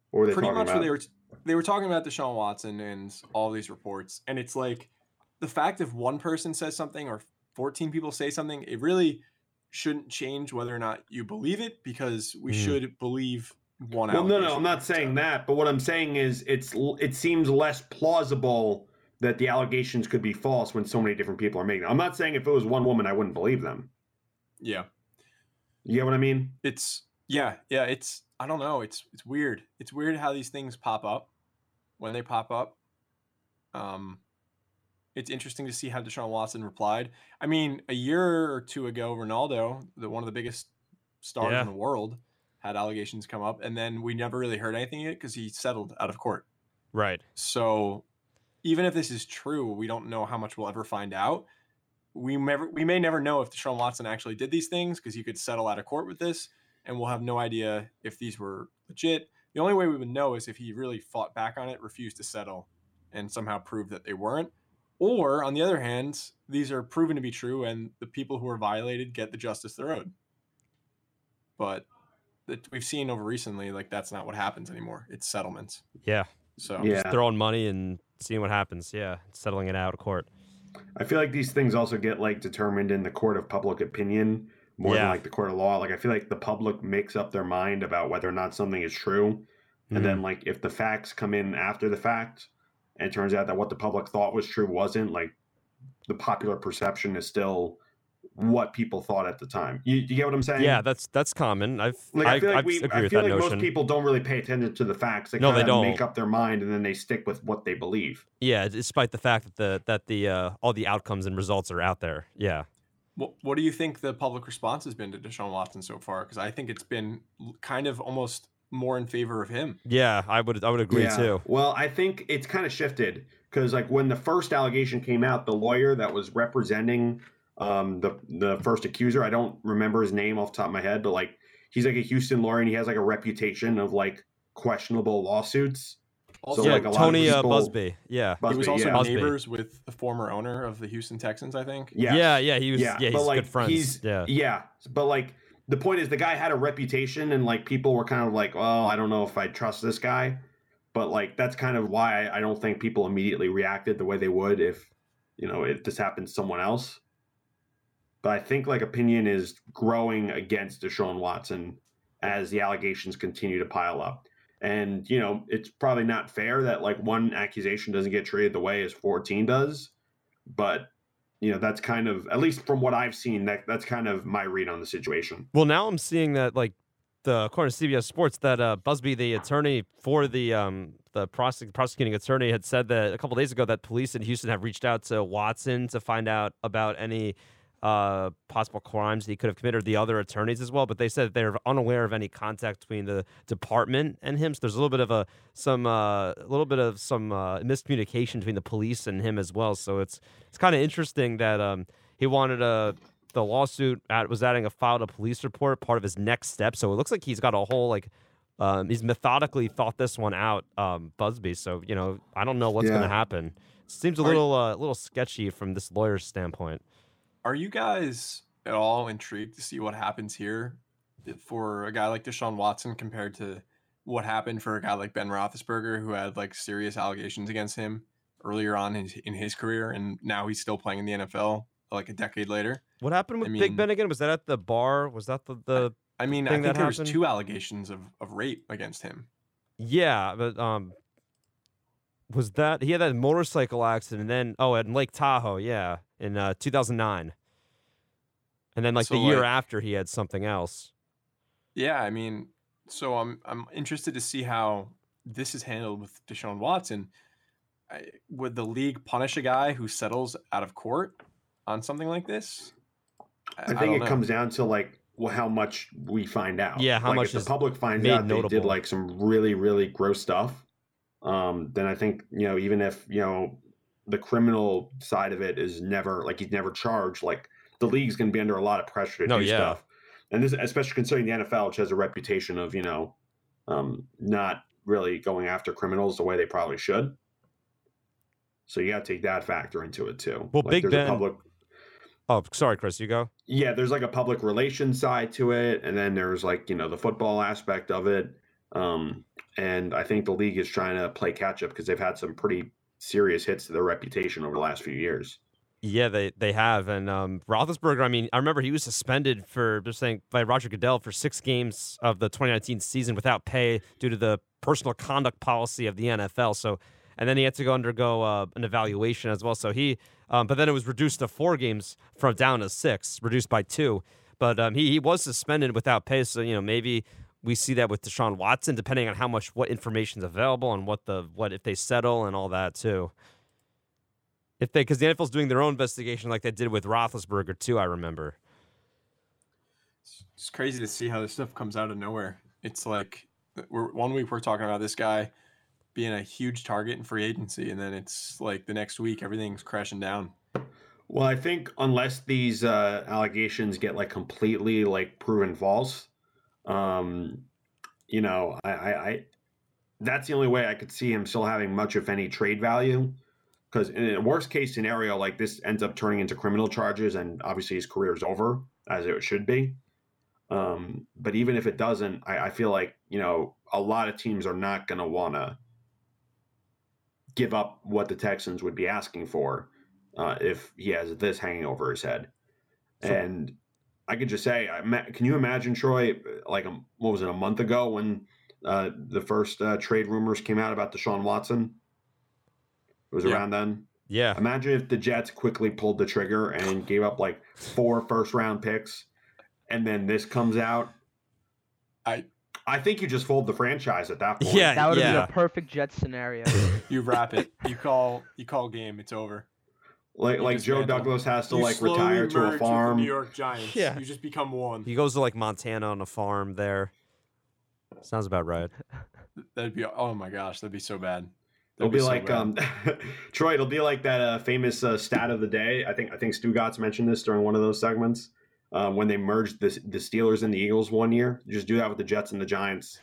Speaker 3: What were they
Speaker 2: pretty
Speaker 3: talking
Speaker 2: much
Speaker 3: about?
Speaker 2: what they were they were talking about Deshaun Watson and all these reports, and it's like the fact if one person says something or 14 people say something, it really shouldn't change whether or not you believe it because we
Speaker 1: Mm.
Speaker 2: should believe one.
Speaker 3: Mm-hmm. Well, no, no,
Speaker 2: allegation.
Speaker 3: I'm not saying that. But what I'm saying is, it's l- it seems less plausible that the allegations could be false when so many different people are making. Them. I'm not saying if it was one woman, I wouldn't believe them.
Speaker 2: Yeah,
Speaker 3: You get what I mean?
Speaker 2: it's yeah, yeah. It's I don't know. It's it's weird. It's weird how these things pop up when they pop up. Um, it's interesting to see how Deshaun Watson replied. I mean, a year or two ago, Ronaldo, the one of the biggest stars
Speaker 1: Yeah.
Speaker 2: in the world, had allegations come up, and then we never really heard anything yet because he settled out of court.
Speaker 1: Right.
Speaker 2: So, even if this is true, we don't know how much we'll ever find out. We never, we may never know if Deshaun Watson actually did these things because he could settle out of court with this, and we'll have no idea if these were legit. The only way we would know is if he really fought back on it, refused to settle, and somehow proved that they weren't. Or on the other hand, these are proven to be true, and the people who are violated get the justice they're owed. But that we've seen over recently, like that's not what happens anymore. It's settlements.
Speaker 1: Yeah.
Speaker 2: So
Speaker 3: Yeah.
Speaker 1: Just throwing money and seeing what happens. Yeah. Settling it out of court.
Speaker 3: I feel like these things also get like determined in the court of public opinion more than
Speaker 1: Yeah.
Speaker 3: like the court of law. Like I feel like the public makes up their mind about whether or not something is true, and
Speaker 1: Hmm. Mm.
Speaker 3: then like if the facts come in after the fact, and it turns out that what the public thought was true wasn't, like the popular perception is still what people thought at the time. You, you get what I'm saying?
Speaker 1: yeah, that's that's common. I've
Speaker 3: Like
Speaker 1: I,
Speaker 3: I, feel
Speaker 1: I
Speaker 3: like we,
Speaker 1: agree
Speaker 3: I
Speaker 1: with
Speaker 3: feel
Speaker 1: that
Speaker 3: like
Speaker 1: notion.
Speaker 3: most people don't really pay attention to the facts. They
Speaker 1: No,
Speaker 3: kind
Speaker 1: they
Speaker 3: of
Speaker 1: don't.
Speaker 3: make up their mind and then they stick with what they believe.
Speaker 1: yeah, despite the fact that the that the uh, all the outcomes and results are out there. Yeah.
Speaker 2: What, what do you think the public response has been to Deshaun Watson so far? Because I think it's been l- kind of almost more in favor of him.
Speaker 1: Yeah, I would I would agree too.
Speaker 3: Well, I think it's kind of shifted because, like, when the first allegation came out, the lawyer that was representing um, the the first accuser, I don't remember his name off the top of my head, but like, he's like a Houston lawyer and he has like a reputation of like questionable lawsuits.
Speaker 2: Also, uh,
Speaker 3: So,
Speaker 1: yeah,
Speaker 3: like, a lot of
Speaker 1: Tony uh,
Speaker 3: people-
Speaker 1: Busby. Yeah.
Speaker 3: Busby,
Speaker 2: he was also
Speaker 3: yeah.
Speaker 1: Busby.
Speaker 2: neighbors with the former owner of the Houston Texans, I think.
Speaker 3: Yes.
Speaker 1: Yeah, yeah, he was yeah, he's
Speaker 3: but like
Speaker 1: good friends.
Speaker 3: he's
Speaker 1: yeah.
Speaker 3: but like the point is the guy had a reputation and like people were kind of like, well, I don't know if I trust this guy, but like that's kind of why I don't think people immediately reacted the way they would if you know if this happened to someone else. But I think like opinion is growing against Deshaun Watson as the allegations continue to pile up. And you know, it's probably not fair that like one accusation doesn't get treated the way as 14 does, but you know, that's kind of at least from what I've seen, that that's kind of my read on the situation.
Speaker 1: Well, now I'm seeing that like the according to CBS Sports that uh, Busby, the attorney for the um the prosec- prosecuting attorney, had said that a couple days ago that police in Houston have reached out to Watson to find out about any uh, possible crimes that he could have committed, or the other attorneys as well. But they said that they're unaware of any contact between the department and him. So there's a little bit of a some uh, a little bit of some uh, miscommunication between the police and him as well. So it's it's kind of interesting that um, he wanted to the lawsuit at, was adding a file to police report, part of his next step. So it looks like he's got a whole like um, he's methodically thought this one out, um, Busby. So you know, I don't know what's going to
Speaker 3: Yeah.
Speaker 1: happen. Seems a
Speaker 2: Are-
Speaker 1: little uh, little sketchy from this lawyer's standpoint.
Speaker 2: Are you guys at all intrigued to see what happens here for a guy like Deshaun Watson compared to what happened for a guy like Ben Roethlisberger, who had like serious allegations against him earlier on in, in his career, and now he's still playing in the NFL like a decade later?
Speaker 1: What happened
Speaker 2: I
Speaker 1: with Big
Speaker 2: mean-
Speaker 1: Ben again? Was that at the bar? Was that the, the
Speaker 2: I mean, I
Speaker 1: Thing
Speaker 2: think
Speaker 1: that
Speaker 2: there was
Speaker 1: happened?
Speaker 2: two allegations of, of rape against him.
Speaker 1: yeah? But um, was that he had that motorcycle accident? And then oh, in Lake Tahoe, yeah, in uh, 2009, and then like
Speaker 2: So,
Speaker 1: the year
Speaker 2: like-
Speaker 1: after he had something else.
Speaker 2: Yeah, I mean, so I'm I'm interested to see how this is handled with Deshaun Watson. I, would the league punish a guy who settles out of court on something like this?
Speaker 3: I
Speaker 2: don't
Speaker 3: think it
Speaker 2: know.
Speaker 3: comes down to like wh- how much we find out.
Speaker 1: Yeah, how
Speaker 3: Like,
Speaker 1: much
Speaker 3: if the
Speaker 1: is
Speaker 3: public finds
Speaker 1: made
Speaker 3: out they did
Speaker 1: notable.
Speaker 3: like some really really gross stuff. Um, then I think you know even if you know the criminal side of it is never like he's never charged. Like the league's going to be under a lot of pressure to
Speaker 1: No,
Speaker 3: do
Speaker 1: yeah.
Speaker 3: stuff. And this, especially considering the NFL, which has a reputation of you know um, not really going after criminals the way they probably should. So you got to take that factor into it too.
Speaker 1: Well, Big
Speaker 3: there's a
Speaker 1: Ben-
Speaker 3: public
Speaker 1: Oh, sorry, Chris, you go.
Speaker 3: yeah, there's like a public relations side to it, and then there's like you know the football aspect of it. Um, and I think the league is trying to play catch up because they've had some pretty serious hits to their reputation over the last few years.
Speaker 1: Yeah, they they have, and um, Roethlisberger. I mean, I remember he was suspended for just saying by Roger Goodell for six games of the 2019 season without pay due to the personal conduct policy of the NFL. So, and then he had to go undergo uh, an evaluation as well. So he, um, but then it was reduced to four games from down to six, reduced by two. But um, he he was suspended without pay. So you know maybe we see that with Deshaun Watson, depending on how much what information's available and what the what if they settle and all that too. If they, because the NFL's doing their own investigation like they did with Roethlisberger too, I remember.
Speaker 2: It's- It's crazy to see how this stuff comes out of nowhere. It's like we're, one week we're talking about this guy being a huge target in free agency, and then it's like the next week everything's crashing down.
Speaker 3: Well, I think unless these uh, allegations get like completely like proven false, um, you know, I, I, I that's the only way I could see him still having much, if any, trade value. Because in a worst case scenario, like this ends up turning into criminal charges, and obviously his career is over, as it should be. Um, but even if it doesn't, I, I feel like you know a lot of teams are not going to want to give up what the Texans would be asking for uh, if he has this hanging over his head.
Speaker 1: So-
Speaker 3: And I could just say, I ma- can you imagine Troy? Like, um, what was it a month ago when uh, the first uh, trade rumors came out about Deshaun Watson? It was
Speaker 2: Yeah.
Speaker 3: around then.
Speaker 1: Yeah,
Speaker 3: Imagine if the Jets quickly pulled the trigger and gave up like four first round picks, and then this comes out.
Speaker 2: I-
Speaker 3: I think you just fold the franchise at that point.
Speaker 1: Yeah,
Speaker 4: That would have
Speaker 1: yeah.
Speaker 4: been a perfect Jets scenario.
Speaker 2: You wrap it. you call. You call game. It's over.
Speaker 3: like
Speaker 2: You
Speaker 3: like
Speaker 2: just
Speaker 3: Joe
Speaker 2: handle it.
Speaker 3: Douglas has to
Speaker 2: You
Speaker 3: like
Speaker 2: slowly
Speaker 3: retire
Speaker 2: merge
Speaker 3: to
Speaker 2: with
Speaker 3: a
Speaker 2: the
Speaker 3: farm.
Speaker 2: New York Giants.
Speaker 1: Yeah.
Speaker 2: You just become one.
Speaker 1: he goes to like Montana on a farm there. Sounds about right.
Speaker 2: That'd be oh my gosh, that'd be so bad.
Speaker 3: It'll
Speaker 2: That'd
Speaker 3: be,
Speaker 2: so
Speaker 3: like
Speaker 2: bad.
Speaker 3: um, Troy. It'll be like that uh, famous uh, stat of the day. I think I think Stu Gotts mentioned this during one of those segments um, when they merged the the Steelers and the Eagles one year. Just do that with the Jets and the Giants.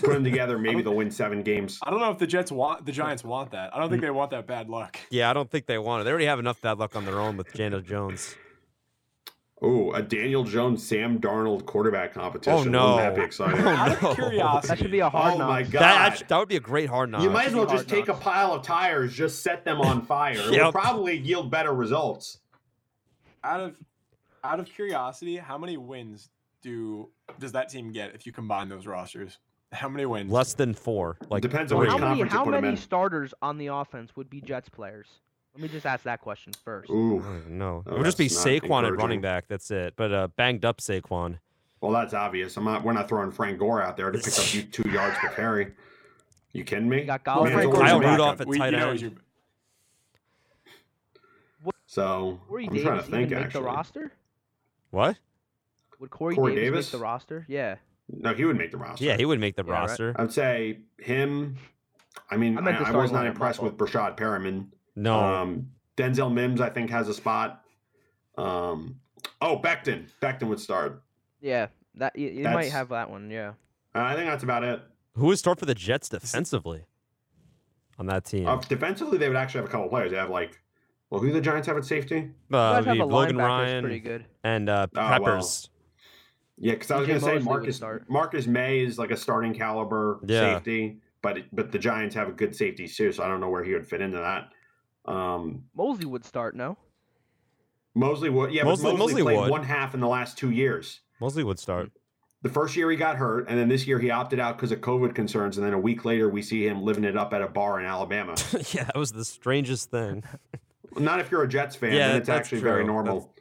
Speaker 3: Put them together, maybe they'll win seven games.
Speaker 2: I don't know if the Jets want the Giants want that. I don't think they want that bad luck.
Speaker 1: Yeah, I don't think they want it. They already have enough bad luck on their own with Jana Jones.
Speaker 3: Oh, a Daniel Jones, Sam Darnold quarterback competition.
Speaker 1: Oh
Speaker 3: Wouldn't
Speaker 1: no!
Speaker 3: that be exciting?
Speaker 1: Oh,
Speaker 2: Out of
Speaker 1: no.
Speaker 2: curiosity.
Speaker 4: That should be a hard
Speaker 3: oh
Speaker 4: knock.
Speaker 3: my
Speaker 1: That,
Speaker 3: god!
Speaker 1: act- that would be a great hard knock.
Speaker 3: you might as well
Speaker 2: Hard
Speaker 3: just take a
Speaker 2: knocks.
Speaker 3: pile of tires, just set them on fire. It
Speaker 1: Yep.
Speaker 3: will probably yield better results.
Speaker 2: out of out of curiosity, how many wins do does that team get if you combine those rosters? How many wins?
Speaker 1: less than four. Like
Speaker 3: Depends on
Speaker 1: three.
Speaker 3: which
Speaker 4: how many,
Speaker 3: conference you
Speaker 4: how
Speaker 3: put 'em
Speaker 4: many
Speaker 3: in.
Speaker 4: starters on the offense would be Jets players? Let me just ask that question first.
Speaker 3: Ooh,
Speaker 1: No, it
Speaker 3: Oh,
Speaker 1: would just be
Speaker 3: that's not
Speaker 1: Saquon at running
Speaker 3: encouraging.
Speaker 1: back. That's it. But uh, banged up Saquon.
Speaker 3: Well, that's obvious. I'm not. We're not throwing Frank Gore out there to pick up you two yards per carry. You kidding me?
Speaker 4: You got Golladay.
Speaker 3: Man's
Speaker 4: Frank
Speaker 3: always a
Speaker 1: Kyle
Speaker 3: backup.
Speaker 1: Rudolph at
Speaker 2: We-
Speaker 1: tight
Speaker 2: you know
Speaker 1: end.
Speaker 2: you-
Speaker 3: So
Speaker 4: Corey
Speaker 3: I'm
Speaker 4: Davis
Speaker 3: trying to think.
Speaker 4: even make the
Speaker 3: Actually,
Speaker 4: roster?
Speaker 1: What?
Speaker 4: Would Corey,
Speaker 3: Corey
Speaker 4: Davis,
Speaker 3: Davis?
Speaker 4: make the roster? Yeah.
Speaker 3: no, he would make the roster.
Speaker 1: Yeah, he would make the
Speaker 4: Yeah, right.
Speaker 1: roster.
Speaker 3: I would say him. I mean,
Speaker 4: I
Speaker 3: I,
Speaker 4: meant the
Speaker 3: I was
Speaker 4: starting lineup,
Speaker 3: not
Speaker 4: my
Speaker 3: impressed
Speaker 4: fault.
Speaker 3: with Brashad Perriman.
Speaker 1: No,
Speaker 3: Um, Denzel Mims, I think, has a spot. Um, Oh, Becton. Becton would start.
Speaker 4: Yeah, that you, you might
Speaker 3: That's-
Speaker 4: have that one. Yeah.
Speaker 3: Uh, I think that's about it.
Speaker 1: Who would start for the Jets defensively on that team?
Speaker 3: Uh, defensively, they would actually have a couple players. They have like, well, who do the Giants have at safety?
Speaker 4: You
Speaker 1: Uh,
Speaker 4: guys have
Speaker 1: it'd
Speaker 4: a
Speaker 1: be Logan
Speaker 4: linebacker that's
Speaker 1: Ryan
Speaker 4: pretty good.
Speaker 1: and uh,
Speaker 3: Oh, well.
Speaker 1: Peppers.
Speaker 3: Yeah, because I was
Speaker 4: DJ
Speaker 3: going to say
Speaker 4: Mosley would
Speaker 3: Marcus
Speaker 4: start.
Speaker 3: Marcus May is like a starting caliber
Speaker 1: Yeah.
Speaker 3: safety, but but the Giants have a good safety too, so I don't know where he would fit into that. Um,
Speaker 4: Mosley would start. No.
Speaker 3: Mosley would, yeah,
Speaker 1: Mosley-
Speaker 3: Mosley, Mosley,
Speaker 1: Mosley
Speaker 3: played
Speaker 1: would.
Speaker 3: one half in the last two years.
Speaker 1: Mosley would start.
Speaker 3: The first year he got hurt, and then this year he opted out because of COVID concerns, and then a week later we see him living it up at a bar in Alabama.
Speaker 1: yeah, that was the strangest thing.
Speaker 3: Not if you're a Jets fan,
Speaker 1: Yeah,
Speaker 3: then it's
Speaker 1: that's
Speaker 3: actually
Speaker 1: true.
Speaker 3: very
Speaker 1: That's-
Speaker 3: normal.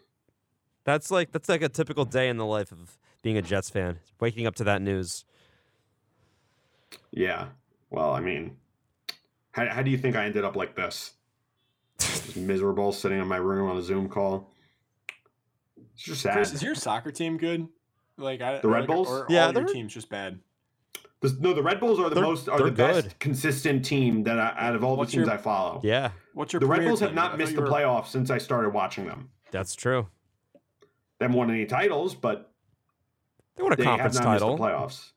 Speaker 1: That's like that's like a typical day in the life of being a Jets fan. Waking up to that news.
Speaker 3: Yeah. Well, I mean, how, how do you think I ended up like this? Just miserable, sitting in my room on a Zoom call. It's just sad.
Speaker 2: Chris, is your soccer team good? Like I,
Speaker 3: The Red
Speaker 2: like,
Speaker 3: Bulls?
Speaker 2: Or
Speaker 1: Yeah,
Speaker 2: all your
Speaker 1: they're-
Speaker 2: team's just bad.
Speaker 3: The- no, the Red Bulls are the
Speaker 1: They're-
Speaker 3: most are
Speaker 1: they're
Speaker 3: the best
Speaker 1: good.
Speaker 3: consistent team that I, out of all
Speaker 2: What's
Speaker 3: the teams
Speaker 2: your-
Speaker 3: I follow.
Speaker 1: Yeah,
Speaker 2: What's your
Speaker 3: the Red
Speaker 2: premier
Speaker 3: Bulls have
Speaker 2: team? I
Speaker 3: not
Speaker 2: thought
Speaker 3: missed
Speaker 2: you
Speaker 3: the
Speaker 2: were-
Speaker 3: playoffs since I started watching them.
Speaker 1: that's true.
Speaker 3: They haven't won any titles, but
Speaker 1: They won a
Speaker 3: they have not
Speaker 1: conference
Speaker 3: missed the
Speaker 1: title.
Speaker 3: playoffs.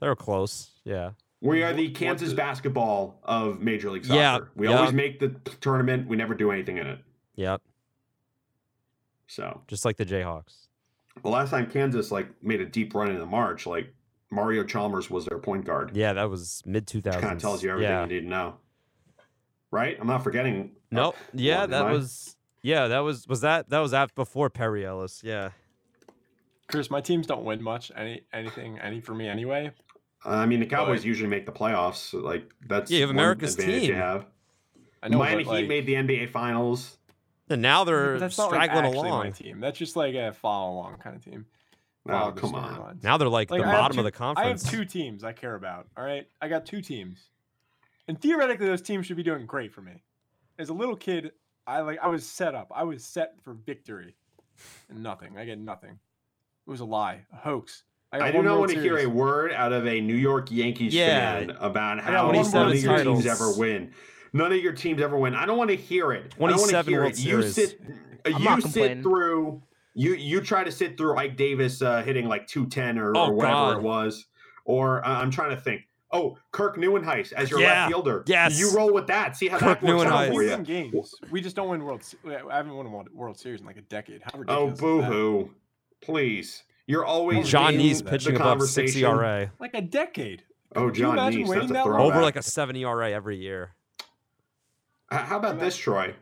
Speaker 1: They were close. Yeah.
Speaker 3: We are
Speaker 2: What-
Speaker 3: the
Speaker 2: what
Speaker 3: Kansas
Speaker 2: the-
Speaker 3: basketball of Major League Soccer.
Speaker 1: Yeah,
Speaker 3: we
Speaker 1: yeah.
Speaker 3: always make the t- tournament. We never do anything in it.
Speaker 1: Yep.
Speaker 3: So
Speaker 1: Just like the Jayhawks.
Speaker 3: the last time Kansas like made a deep run into March, like Mario Chalmers was their point guard.
Speaker 1: Yeah, that was mid two
Speaker 3: Which
Speaker 1: thousands.
Speaker 3: kind of tells you everything
Speaker 1: Yeah.
Speaker 3: you need to know. Right? I'm not forgetting.
Speaker 1: Nope. Yeah,
Speaker 3: one,
Speaker 1: that
Speaker 3: right?
Speaker 1: was. Yeah, that was. Was that that was after before Perry Ellis? Yeah.
Speaker 2: Chris, my teams don't win much. Any anything any for me anyway.
Speaker 3: I mean, the Cowboys
Speaker 2: But-
Speaker 3: usually make the playoffs. So like that's
Speaker 1: Yeah, you have
Speaker 3: one
Speaker 1: America's
Speaker 3: advantage
Speaker 1: team.
Speaker 3: You have.
Speaker 2: I know
Speaker 3: Miami
Speaker 2: but, like,
Speaker 3: Heat made the NBA Finals.
Speaker 1: And now they're
Speaker 2: but that's not like
Speaker 1: straggling
Speaker 2: actually my
Speaker 1: along.
Speaker 2: team. That's just like a follow along kind of team.
Speaker 3: Oh,
Speaker 2: Follow the
Speaker 3: come on.
Speaker 2: storylines.
Speaker 1: Now they're like,
Speaker 2: Like,
Speaker 1: the
Speaker 2: I have
Speaker 1: bottom
Speaker 2: two-
Speaker 1: of the
Speaker 2: I have
Speaker 1: conference.
Speaker 2: two teams I care about. All right, I got two teams, and theoretically, those teams should be doing great for me. As a little kid, I like I was set up. I was set for victory, and nothing. I get nothing. It was a lie, a hoax. got
Speaker 3: I do
Speaker 2: one
Speaker 3: not
Speaker 2: World
Speaker 3: want to hear
Speaker 2: Series.
Speaker 3: a word out of a New York Yankees
Speaker 1: Yeah.
Speaker 3: fan about
Speaker 2: got
Speaker 3: how
Speaker 2: one
Speaker 3: none
Speaker 2: World
Speaker 3: of your
Speaker 1: Titles.
Speaker 3: teams ever win. None of your teams ever win. I don't want to hear it. I don't want to
Speaker 1: 27
Speaker 3: hear
Speaker 1: World
Speaker 3: it. You
Speaker 1: Series.
Speaker 3: sit.
Speaker 4: I'm
Speaker 3: You sit
Speaker 4: not complaining.
Speaker 3: through. You you try to sit through Ike Davis uh, hitting like two ten or,
Speaker 1: Oh,
Speaker 3: or whatever
Speaker 1: God.
Speaker 3: it was. Or uh, I'm trying to think. Oh, Kirk Neuenheis as your
Speaker 1: Yeah.
Speaker 3: left fielder.
Speaker 1: Yes.
Speaker 3: You roll with that. See how
Speaker 1: Kirk
Speaker 3: that works out
Speaker 1: Neuenhuis.
Speaker 3: for
Speaker 2: We
Speaker 3: you.
Speaker 2: win games. We just don't win World. Se- I haven't won a World- World Series in like a decade. How
Speaker 3: Oh,
Speaker 2: ridiculous! is
Speaker 3: boo
Speaker 2: that?
Speaker 3: hoo. Please. You're always
Speaker 1: John
Speaker 3: in
Speaker 1: Neese
Speaker 3: the
Speaker 1: pitching above six E
Speaker 3: conversation.
Speaker 1: ERA
Speaker 2: Like a decade. Can
Speaker 3: Oh,
Speaker 2: you
Speaker 3: John
Speaker 2: imagine
Speaker 3: Neese.
Speaker 2: winning
Speaker 3: That's a
Speaker 2: that one?
Speaker 3: throwback.
Speaker 1: over like a seven ERA every year.
Speaker 3: H- How about this, Troy?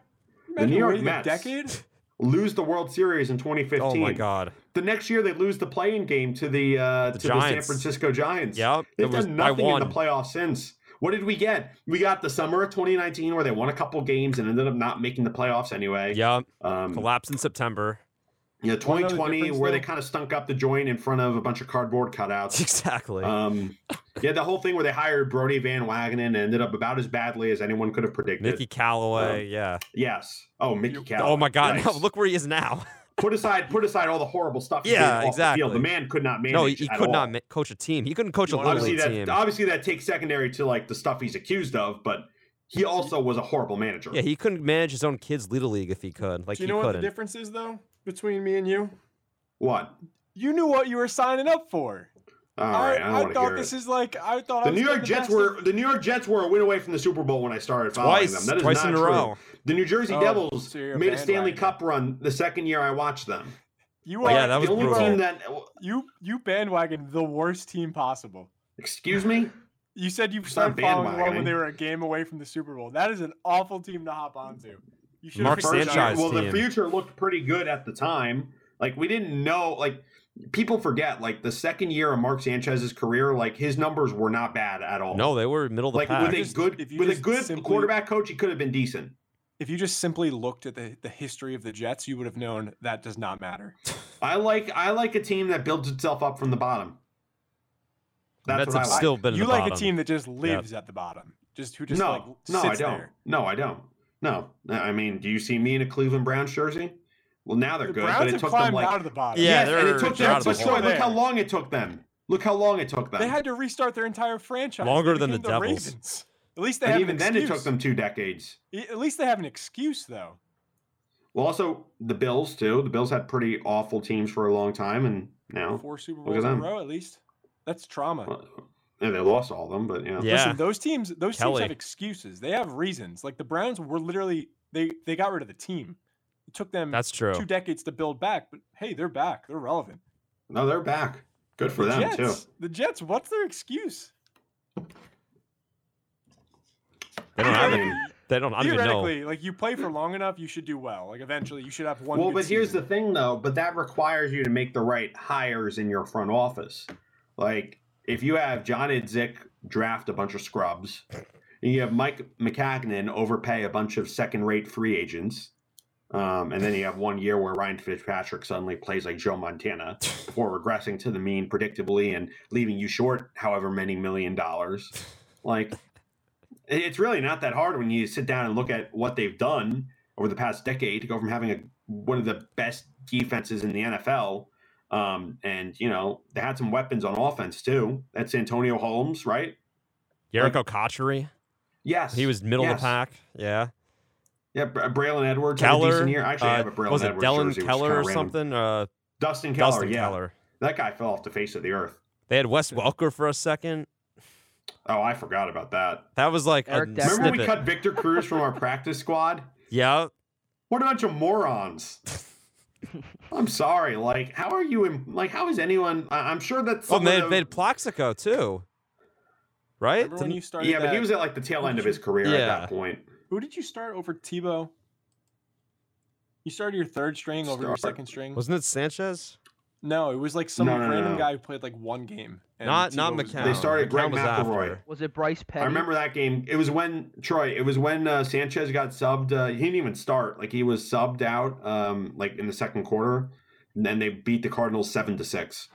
Speaker 2: Imagine
Speaker 3: New York
Speaker 2: winning
Speaker 3: Mets.
Speaker 2: A decade.
Speaker 3: lose the World Series in 2015.
Speaker 1: Oh my God.
Speaker 3: The next year they lose the playing game to the uh,
Speaker 1: The
Speaker 3: to the San
Speaker 1: Giants.
Speaker 3: Francisco Giants.
Speaker 1: Yep.
Speaker 3: they've
Speaker 1: it was
Speaker 3: done
Speaker 1: by
Speaker 3: nothing in
Speaker 1: one.
Speaker 3: the playoffs since. What did we get? We got the summer of 2019 where they won a couple games and ended up not making the playoffs anyway.
Speaker 1: Yep.
Speaker 3: Um,
Speaker 1: Collapse in September.
Speaker 3: yeah,
Speaker 2: Wanna know the
Speaker 3: 2020
Speaker 2: difference,
Speaker 3: where they
Speaker 2: though?
Speaker 3: kind of stunk up the joint in front of a bunch of cardboard cutouts.
Speaker 1: Exactly.
Speaker 3: Um, yeah, the whole thing where they hired Brody Van Wagenen and ended up about as badly as anyone could have predicted.
Speaker 1: Mickey Callaway. yeah.
Speaker 3: Yes. Oh, Mickey
Speaker 2: You-
Speaker 3: Cal.
Speaker 1: Oh my God. No,
Speaker 3: Um, Yikes.
Speaker 1: look where he is now.
Speaker 3: put aside put aside all the horrible stuff. he did
Speaker 1: Yeah,
Speaker 3: off the
Speaker 1: exactly.
Speaker 3: field. The, man could not manage.
Speaker 1: No, he, he
Speaker 3: at
Speaker 1: could
Speaker 3: all.
Speaker 1: not ma- coach a team. He couldn't coach a
Speaker 2: You
Speaker 1: little
Speaker 2: wanna
Speaker 3: Obviously,
Speaker 1: league
Speaker 3: that
Speaker 1: team.
Speaker 3: obviously that takes secondary to like the stuff he's accused of, but he also was a horrible manager.
Speaker 1: Yeah, he couldn't manage his own kids' little league if he could. Like
Speaker 2: Do you
Speaker 1: he
Speaker 2: know what the
Speaker 1: couldn't.
Speaker 2: difference is though between me and you?
Speaker 3: what?
Speaker 2: You knew what you were signing up for.
Speaker 3: All
Speaker 2: I,
Speaker 3: right, I, don't want to
Speaker 2: thought
Speaker 3: hear
Speaker 2: this
Speaker 3: it.
Speaker 2: is like I thought I
Speaker 3: The
Speaker 2: was
Speaker 3: New York
Speaker 2: getting the
Speaker 3: Jets
Speaker 2: best
Speaker 3: were
Speaker 2: of-
Speaker 3: the New York Jets were a win away from the Super Bowl when I started following
Speaker 1: twice,
Speaker 3: them. That is
Speaker 1: twice
Speaker 3: not
Speaker 1: in a
Speaker 3: true.
Speaker 1: row.
Speaker 3: The New Jersey
Speaker 2: Oh,
Speaker 3: Devils
Speaker 2: so you're a
Speaker 3: made a Stanley
Speaker 2: bandwagoner.
Speaker 3: Cup run the second year I watched them.
Speaker 2: You
Speaker 1: Oh,
Speaker 2: are
Speaker 1: yeah, that was
Speaker 3: the only
Speaker 1: brutal.
Speaker 3: team that
Speaker 2: you you bandwagon the worst team possible.
Speaker 3: excuse me.
Speaker 2: You said you
Speaker 3: It's
Speaker 2: started
Speaker 3: not
Speaker 2: following one when
Speaker 3: bandwagoning.
Speaker 2: they were a game away from the Super Bowl. That is an awful team to hop onto. You should
Speaker 1: Mark
Speaker 3: first year-
Speaker 1: Sanchez
Speaker 3: Well,
Speaker 1: team.
Speaker 3: the future looked pretty good at the time. Like we didn't know. Like people forget. Like the second year of Mark Sanchez's career, like his numbers were not bad at all.
Speaker 1: No, they were middle of the
Speaker 3: like
Speaker 1: pack.
Speaker 3: with a
Speaker 2: Just-
Speaker 3: good
Speaker 2: if you
Speaker 3: with a
Speaker 2: just
Speaker 3: good
Speaker 2: simply-
Speaker 3: quarterback coach, he could have been decent.
Speaker 2: If you just simply looked at the, the history of the Jets, you would have known that does not matter.
Speaker 3: I like I like a team that builds itself up from the bottom. That's,
Speaker 1: Mets
Speaker 3: what I
Speaker 1: have
Speaker 3: like.
Speaker 1: still been in
Speaker 2: You
Speaker 1: the
Speaker 2: like
Speaker 1: bottom.
Speaker 2: a team that just lives at the bottom. Just who just
Speaker 3: no,
Speaker 2: like
Speaker 3: no, I
Speaker 2: sits
Speaker 3: don't.
Speaker 2: there.
Speaker 3: No, I don't. No, I mean, do you see me in a Cleveland Browns jersey? Well, now they're
Speaker 2: The
Speaker 3: good,
Speaker 2: Browns
Speaker 3: but it
Speaker 2: have
Speaker 3: took them
Speaker 2: climbed
Speaker 3: like
Speaker 2: out of the bottom.
Speaker 1: Yeah,
Speaker 3: yes, and
Speaker 1: they're
Speaker 3: it took
Speaker 1: out
Speaker 3: them.
Speaker 1: of the
Speaker 3: But Troy,
Speaker 2: hole.
Speaker 3: look how long it took them. Look how long it took them.
Speaker 2: They had to restart their entire franchise.
Speaker 1: Longer
Speaker 2: They
Speaker 1: than the
Speaker 2: became
Speaker 1: Devils.
Speaker 2: Ravens. At least they
Speaker 3: and
Speaker 2: have
Speaker 3: even
Speaker 2: an
Speaker 3: then, it took
Speaker 2: excuse.
Speaker 3: them two decades.
Speaker 2: E- At least they have an excuse though.
Speaker 3: Well, also the Bills too. The Bills had pretty awful teams for a long time, and now
Speaker 2: Four Super
Speaker 3: Look at
Speaker 2: Bowls in a
Speaker 3: them.
Speaker 2: row at least. That's trauma.
Speaker 3: well, yeah, they lost all of them. But yeah,
Speaker 1: Yeah.
Speaker 2: Listen, those teams those teams
Speaker 1: Kelly.
Speaker 2: have excuses. They have reasons. Like the Browns were literally they they got rid of the team. It took them
Speaker 1: That's true.
Speaker 2: two decades to build back, but hey, they're back. They're relevant.
Speaker 3: no, they're back. Good for them
Speaker 2: Jets.
Speaker 3: too.
Speaker 2: The Jets, what's their excuse?
Speaker 1: They don't have
Speaker 3: mean,
Speaker 1: any. They don't. I don't even know.
Speaker 2: Theoretically, like you play for long enough, you should do well. Like eventually you should have one.
Speaker 3: Well,
Speaker 2: good
Speaker 3: but here's the
Speaker 2: season.
Speaker 3: thing, though. But that requires you to make the right hires in your front office. Like, if you have John Idzik draft a bunch of scrubs, and you have Mike McCagnon overpay a bunch of second-rate free agents, um, and then you have one year where Ryan Fitzpatrick suddenly plays like Joe Montana before regressing to the mean predictably and leaving you short however many million dollars. Like, it- it's really not that hard when you sit down and look at what they've done over the past decade to go from having a one of the best defenses in the NFL. Um, and you know they had some weapons on offense too. That's Antonio Holmes, right?
Speaker 1: Jericho Kotchery.
Speaker 3: Yes,
Speaker 1: He was middle of
Speaker 3: Yes.
Speaker 1: the pack. Yeah.
Speaker 3: Yeah, Br- uh, Braylon Edwards had a
Speaker 1: Keller.
Speaker 3: decent year. I Actually, I
Speaker 1: uh,
Speaker 3: have a Braylon
Speaker 1: was it
Speaker 3: Edwards
Speaker 1: Dellen
Speaker 3: jersey, which is
Speaker 1: Keller
Speaker 3: kinda
Speaker 1: or
Speaker 3: random.
Speaker 1: something? Uh,
Speaker 3: Dustin Keller,
Speaker 1: Dustin
Speaker 3: yeah,
Speaker 1: Keller.
Speaker 3: that guy fell off the face of the earth.
Speaker 1: They had Wes Welker for a second.
Speaker 3: Oh, I forgot about that.
Speaker 1: That was like
Speaker 4: Eric
Speaker 1: a
Speaker 4: Decker.
Speaker 3: Remember
Speaker 1: snippet.
Speaker 3: we cut Victor Cruz from our practice squad?
Speaker 1: yeah.
Speaker 3: What a bunch of morons! I'm sorry. Like, how are you? In, like, how is anyone? I, I'm sure that's.
Speaker 1: Oh, and
Speaker 3: someone
Speaker 1: they,
Speaker 3: of-
Speaker 1: they had Plaxico too. Right?
Speaker 2: Remember when you started
Speaker 3: yeah, but he
Speaker 2: that-
Speaker 3: was at like the tail end of his career at
Speaker 1: Yeah.
Speaker 3: that point.
Speaker 2: Who did you start over Tebow? You started your third string over your
Speaker 3: Start.
Speaker 2: second string.
Speaker 1: Wasn't it Sanchez?
Speaker 2: no, it was like some
Speaker 3: No, no, no,
Speaker 2: random
Speaker 3: no.
Speaker 2: guy who played like one game. and
Speaker 1: Not not
Speaker 2: Tebow was
Speaker 1: McCown.
Speaker 2: back.
Speaker 3: They started
Speaker 1: McCown
Speaker 3: Greg
Speaker 1: was
Speaker 3: McElroy.
Speaker 1: after.
Speaker 4: Was it Bryce Petty?
Speaker 3: I remember that game. It was when Troy. It was when uh, Sanchez got subbed. Uh, he didn't even start. Like he was subbed out. Um, like in the second quarter, and then they beat the Cardinals seven to six.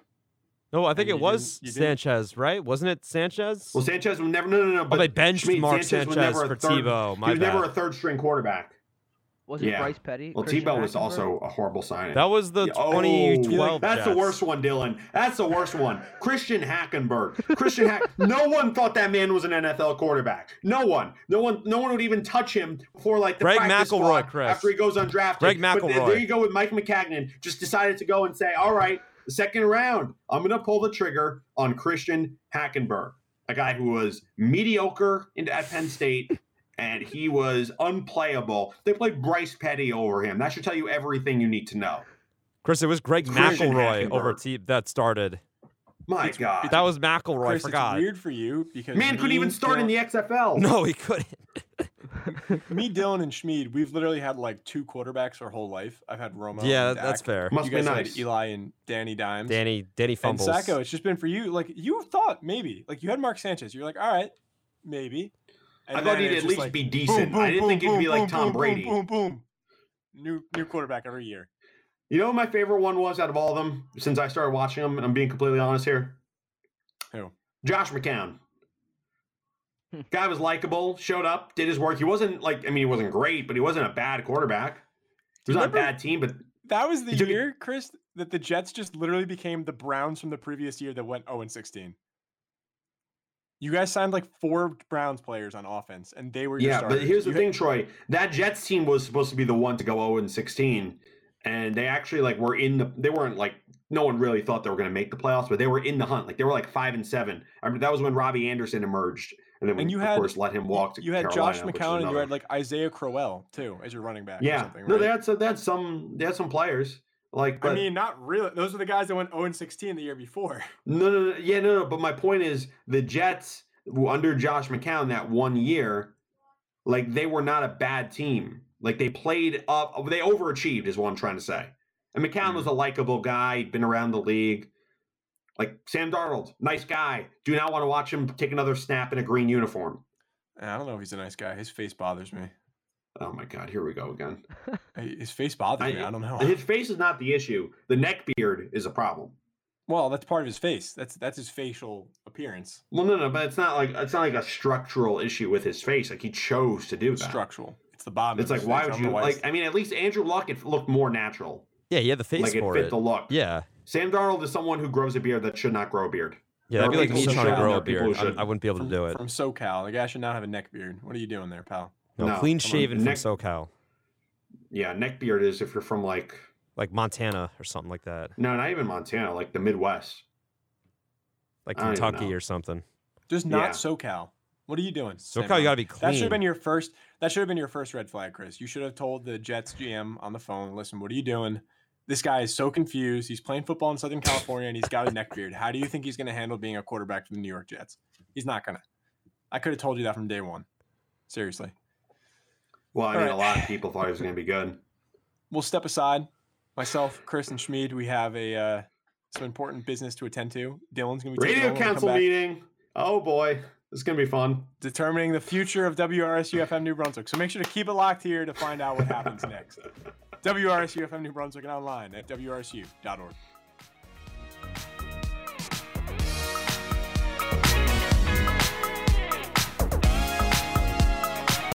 Speaker 1: No, I think
Speaker 2: you
Speaker 1: it
Speaker 2: didn't-
Speaker 1: was
Speaker 2: you didn't-
Speaker 1: Sanchez, right? Wasn't it Sanchez?
Speaker 3: Well, Sanchez was never. No, no, no.
Speaker 1: oh,
Speaker 3: But
Speaker 1: they benched
Speaker 3: Schmid,
Speaker 1: Mark
Speaker 3: was
Speaker 1: Sanchez,
Speaker 3: never a
Speaker 1: for
Speaker 3: third-
Speaker 1: Tebow.
Speaker 3: he
Speaker 1: My
Speaker 3: was
Speaker 1: bad.
Speaker 3: never a third string quarterback.
Speaker 4: Was it
Speaker 3: Yeah.
Speaker 4: Bryce Petty?
Speaker 3: Well,
Speaker 4: Christian
Speaker 3: Tebow was
Speaker 4: McEnverry?
Speaker 3: also a horrible signing.
Speaker 1: That was the
Speaker 3: Yeah, oh,
Speaker 1: 2012.
Speaker 3: that's the
Speaker 1: Jets.
Speaker 3: worst one, Dylan. That's the worst one. Christian Hackenberg. Christian Hack. no one thought that man was an NFL quarterback. No one. No one. No one would even touch him before like the
Speaker 1: Greg
Speaker 3: practice
Speaker 1: McElroy,
Speaker 3: squad
Speaker 1: Chris.
Speaker 3: after he goes undrafted.
Speaker 1: Greg
Speaker 3: But th- there
Speaker 1: McElroy.
Speaker 3: you go with Mike McCagnon. Just decided to go and say, all right, the second round, I'm gonna pull the trigger on Christian Hackenberg, a guy who was mediocre in, at Penn State. And he was unplayable. They played Bryce Petty over him. That should tell you everything you need to know.
Speaker 1: Chris, it was Greg
Speaker 3: Christian
Speaker 1: McElroy over
Speaker 3: Hackenberg.
Speaker 1: T that started.
Speaker 3: My God.
Speaker 1: That was McElroy.
Speaker 2: Chris,
Speaker 1: I forgot.
Speaker 2: It's weird for you because
Speaker 3: Man couldn't
Speaker 2: me,
Speaker 3: even start in the
Speaker 2: Dylan-
Speaker 3: XFL.
Speaker 1: No, he couldn't.
Speaker 2: Me, Dylan, and Schmid, we've literally had like two quarterbacks our whole life. I've had Romo.
Speaker 1: yeah,
Speaker 2: and
Speaker 1: that, that's
Speaker 2: Dak.
Speaker 1: fair.
Speaker 3: must
Speaker 2: you
Speaker 3: be
Speaker 2: guys
Speaker 3: nice.
Speaker 2: had Eli and Danny Dimes.
Speaker 1: Danny Danny
Speaker 2: and
Speaker 1: fumbles.
Speaker 2: Sacco. It's just been for you. Like you thought maybe. Like you had Mark Sanchez. You're like, all right, maybe. And
Speaker 3: I thought
Speaker 2: then
Speaker 3: he'd
Speaker 2: it's
Speaker 3: at
Speaker 2: just
Speaker 3: least
Speaker 2: like,
Speaker 3: be
Speaker 2: boom,
Speaker 3: decent.
Speaker 2: boom,
Speaker 3: I didn't
Speaker 2: boom,
Speaker 3: think he'd
Speaker 2: boom,
Speaker 3: be like
Speaker 2: boom,
Speaker 3: Tom
Speaker 2: boom,
Speaker 3: Brady.
Speaker 2: Boom, boom, New new quarterback every year.
Speaker 3: You know what my favorite one was out of all of them since I started watching them? And I'm being completely honest here.
Speaker 2: Who?
Speaker 3: Josh McCown. Guy was likable, showed up, did his work. He wasn't like, I mean, he wasn't great, but he wasn't a bad quarterback. He was on a
Speaker 2: Remember-
Speaker 3: bad team, but
Speaker 2: That was the
Speaker 3: He took it-
Speaker 2: year, Chris, that the Jets just literally became the Browns from the previous year that went 0 and 16. You guys signed like four Browns players on offense, and they were your
Speaker 3: yeah,
Speaker 2: starters.
Speaker 3: but here's the
Speaker 2: You-
Speaker 3: thing, Troy. That Jets team was supposed to be the one to go 0 and 16, and they actually like were in the. They weren't like no one really thought they were going to make the playoffs, but they were in the hunt. Like they were like five and seven. I mean, that was when Robbie Anderson emerged, and then
Speaker 2: And
Speaker 3: when,
Speaker 2: you
Speaker 3: of
Speaker 2: had-
Speaker 3: course let him walk to
Speaker 2: You had
Speaker 3: Carolina,
Speaker 2: Josh
Speaker 3: which is
Speaker 2: McCown, and you
Speaker 3: another-
Speaker 2: had like Isaiah Crowell too as your running back. or
Speaker 3: yeah,
Speaker 2: something,
Speaker 3: no,
Speaker 2: right?
Speaker 3: they had some. They had some. They had some players. Like, but
Speaker 2: I mean, not really. Those are the guys that went 0 and 16 the year before.
Speaker 3: No, no, no, yeah, no, no. But my point is, the Jets w- under Josh McCown that one year, like they were not a bad team. Like they played up, they overachieved, is what I'm trying to say. And McCown was a likable guy. He'd been around the league. Like Sam Darnold, nice guy. Do not want to watch him take another snap in a green uniform.
Speaker 2: I don't know if he's a nice guy. His face bothers me.
Speaker 3: Oh my God, here we go again.
Speaker 2: I- His face bothers
Speaker 3: I-
Speaker 2: me. I don't know.
Speaker 3: His face is not the issue. The neck beard is a problem.
Speaker 2: Well, that's part of his face. That's that's his facial appearance.
Speaker 3: Well, no, no, but it's not like it's not like a structural issue with his face. Like he chose to do that.
Speaker 2: Structural. It's the bottom.
Speaker 3: It's
Speaker 2: of
Speaker 3: like,
Speaker 2: his
Speaker 3: why
Speaker 2: face,
Speaker 3: would
Speaker 2: I don't know
Speaker 3: you
Speaker 2: why
Speaker 3: like?
Speaker 2: it's-
Speaker 3: I mean, at least Andrew Luck it looked more natural.
Speaker 1: yeah, he had the face
Speaker 3: Like it
Speaker 1: for
Speaker 3: fit
Speaker 1: it.
Speaker 3: the look.
Speaker 1: Yeah.
Speaker 3: Sam Darnold is someone who grows a beard that should not grow a beard.
Speaker 1: Yeah, that'd
Speaker 3: There
Speaker 1: be
Speaker 3: are
Speaker 1: like me
Speaker 3: people who
Speaker 1: trying to
Speaker 3: should,
Speaker 1: grow
Speaker 3: there
Speaker 1: a
Speaker 3: are
Speaker 1: beard.
Speaker 3: people who
Speaker 1: I, I
Speaker 3: shouldn't.
Speaker 1: wouldn't be able to
Speaker 2: from,
Speaker 1: do it.
Speaker 2: from SoCal. The guy should not have a neck beard. What are you doing there, pal?
Speaker 1: No,
Speaker 3: No,
Speaker 1: clean
Speaker 3: come on.
Speaker 1: shaven from
Speaker 3: Neck-
Speaker 1: SoCal.
Speaker 3: yeah, neckbeard is if you're from like
Speaker 1: like Montana or something like that,
Speaker 3: no, not even Montana, like the Midwest.
Speaker 1: like
Speaker 3: I don't even
Speaker 1: Kentucky
Speaker 3: know.
Speaker 1: or something.
Speaker 2: Just not
Speaker 3: Yeah.
Speaker 2: SoCal. What are you doing?
Speaker 1: So
Speaker 2: Sam
Speaker 1: Kyle, you
Speaker 2: Brown?
Speaker 1: gotta be clean.
Speaker 2: That should have been your first. That should have been your first red flag, Chris. You should have told the Jets GM on the phone, "Listen, what are you doing? This guy is so confused. He's playing football in Southern California and he's got a neck beard. How do you think he's going to handle being a quarterback for the New York Jets? He's not going to. I could have told you that from day one. Seriously.
Speaker 3: Well, I
Speaker 2: All
Speaker 3: mean,
Speaker 2: right.
Speaker 3: a lot of people thought it was going to be good.
Speaker 2: We'll step aside. Myself, Chris, and Schmid, we have a uh, some important business to attend to. Dylan's going to be taking over
Speaker 3: Radio
Speaker 2: when we come
Speaker 3: council
Speaker 2: back,
Speaker 3: meeting. Oh boy, it's going to be fun.
Speaker 2: determining the future of WRSU FM New Brunswick. So make sure to keep it locked here to find out what happens next. WRSU FM New Brunswick and online at WRSU.org.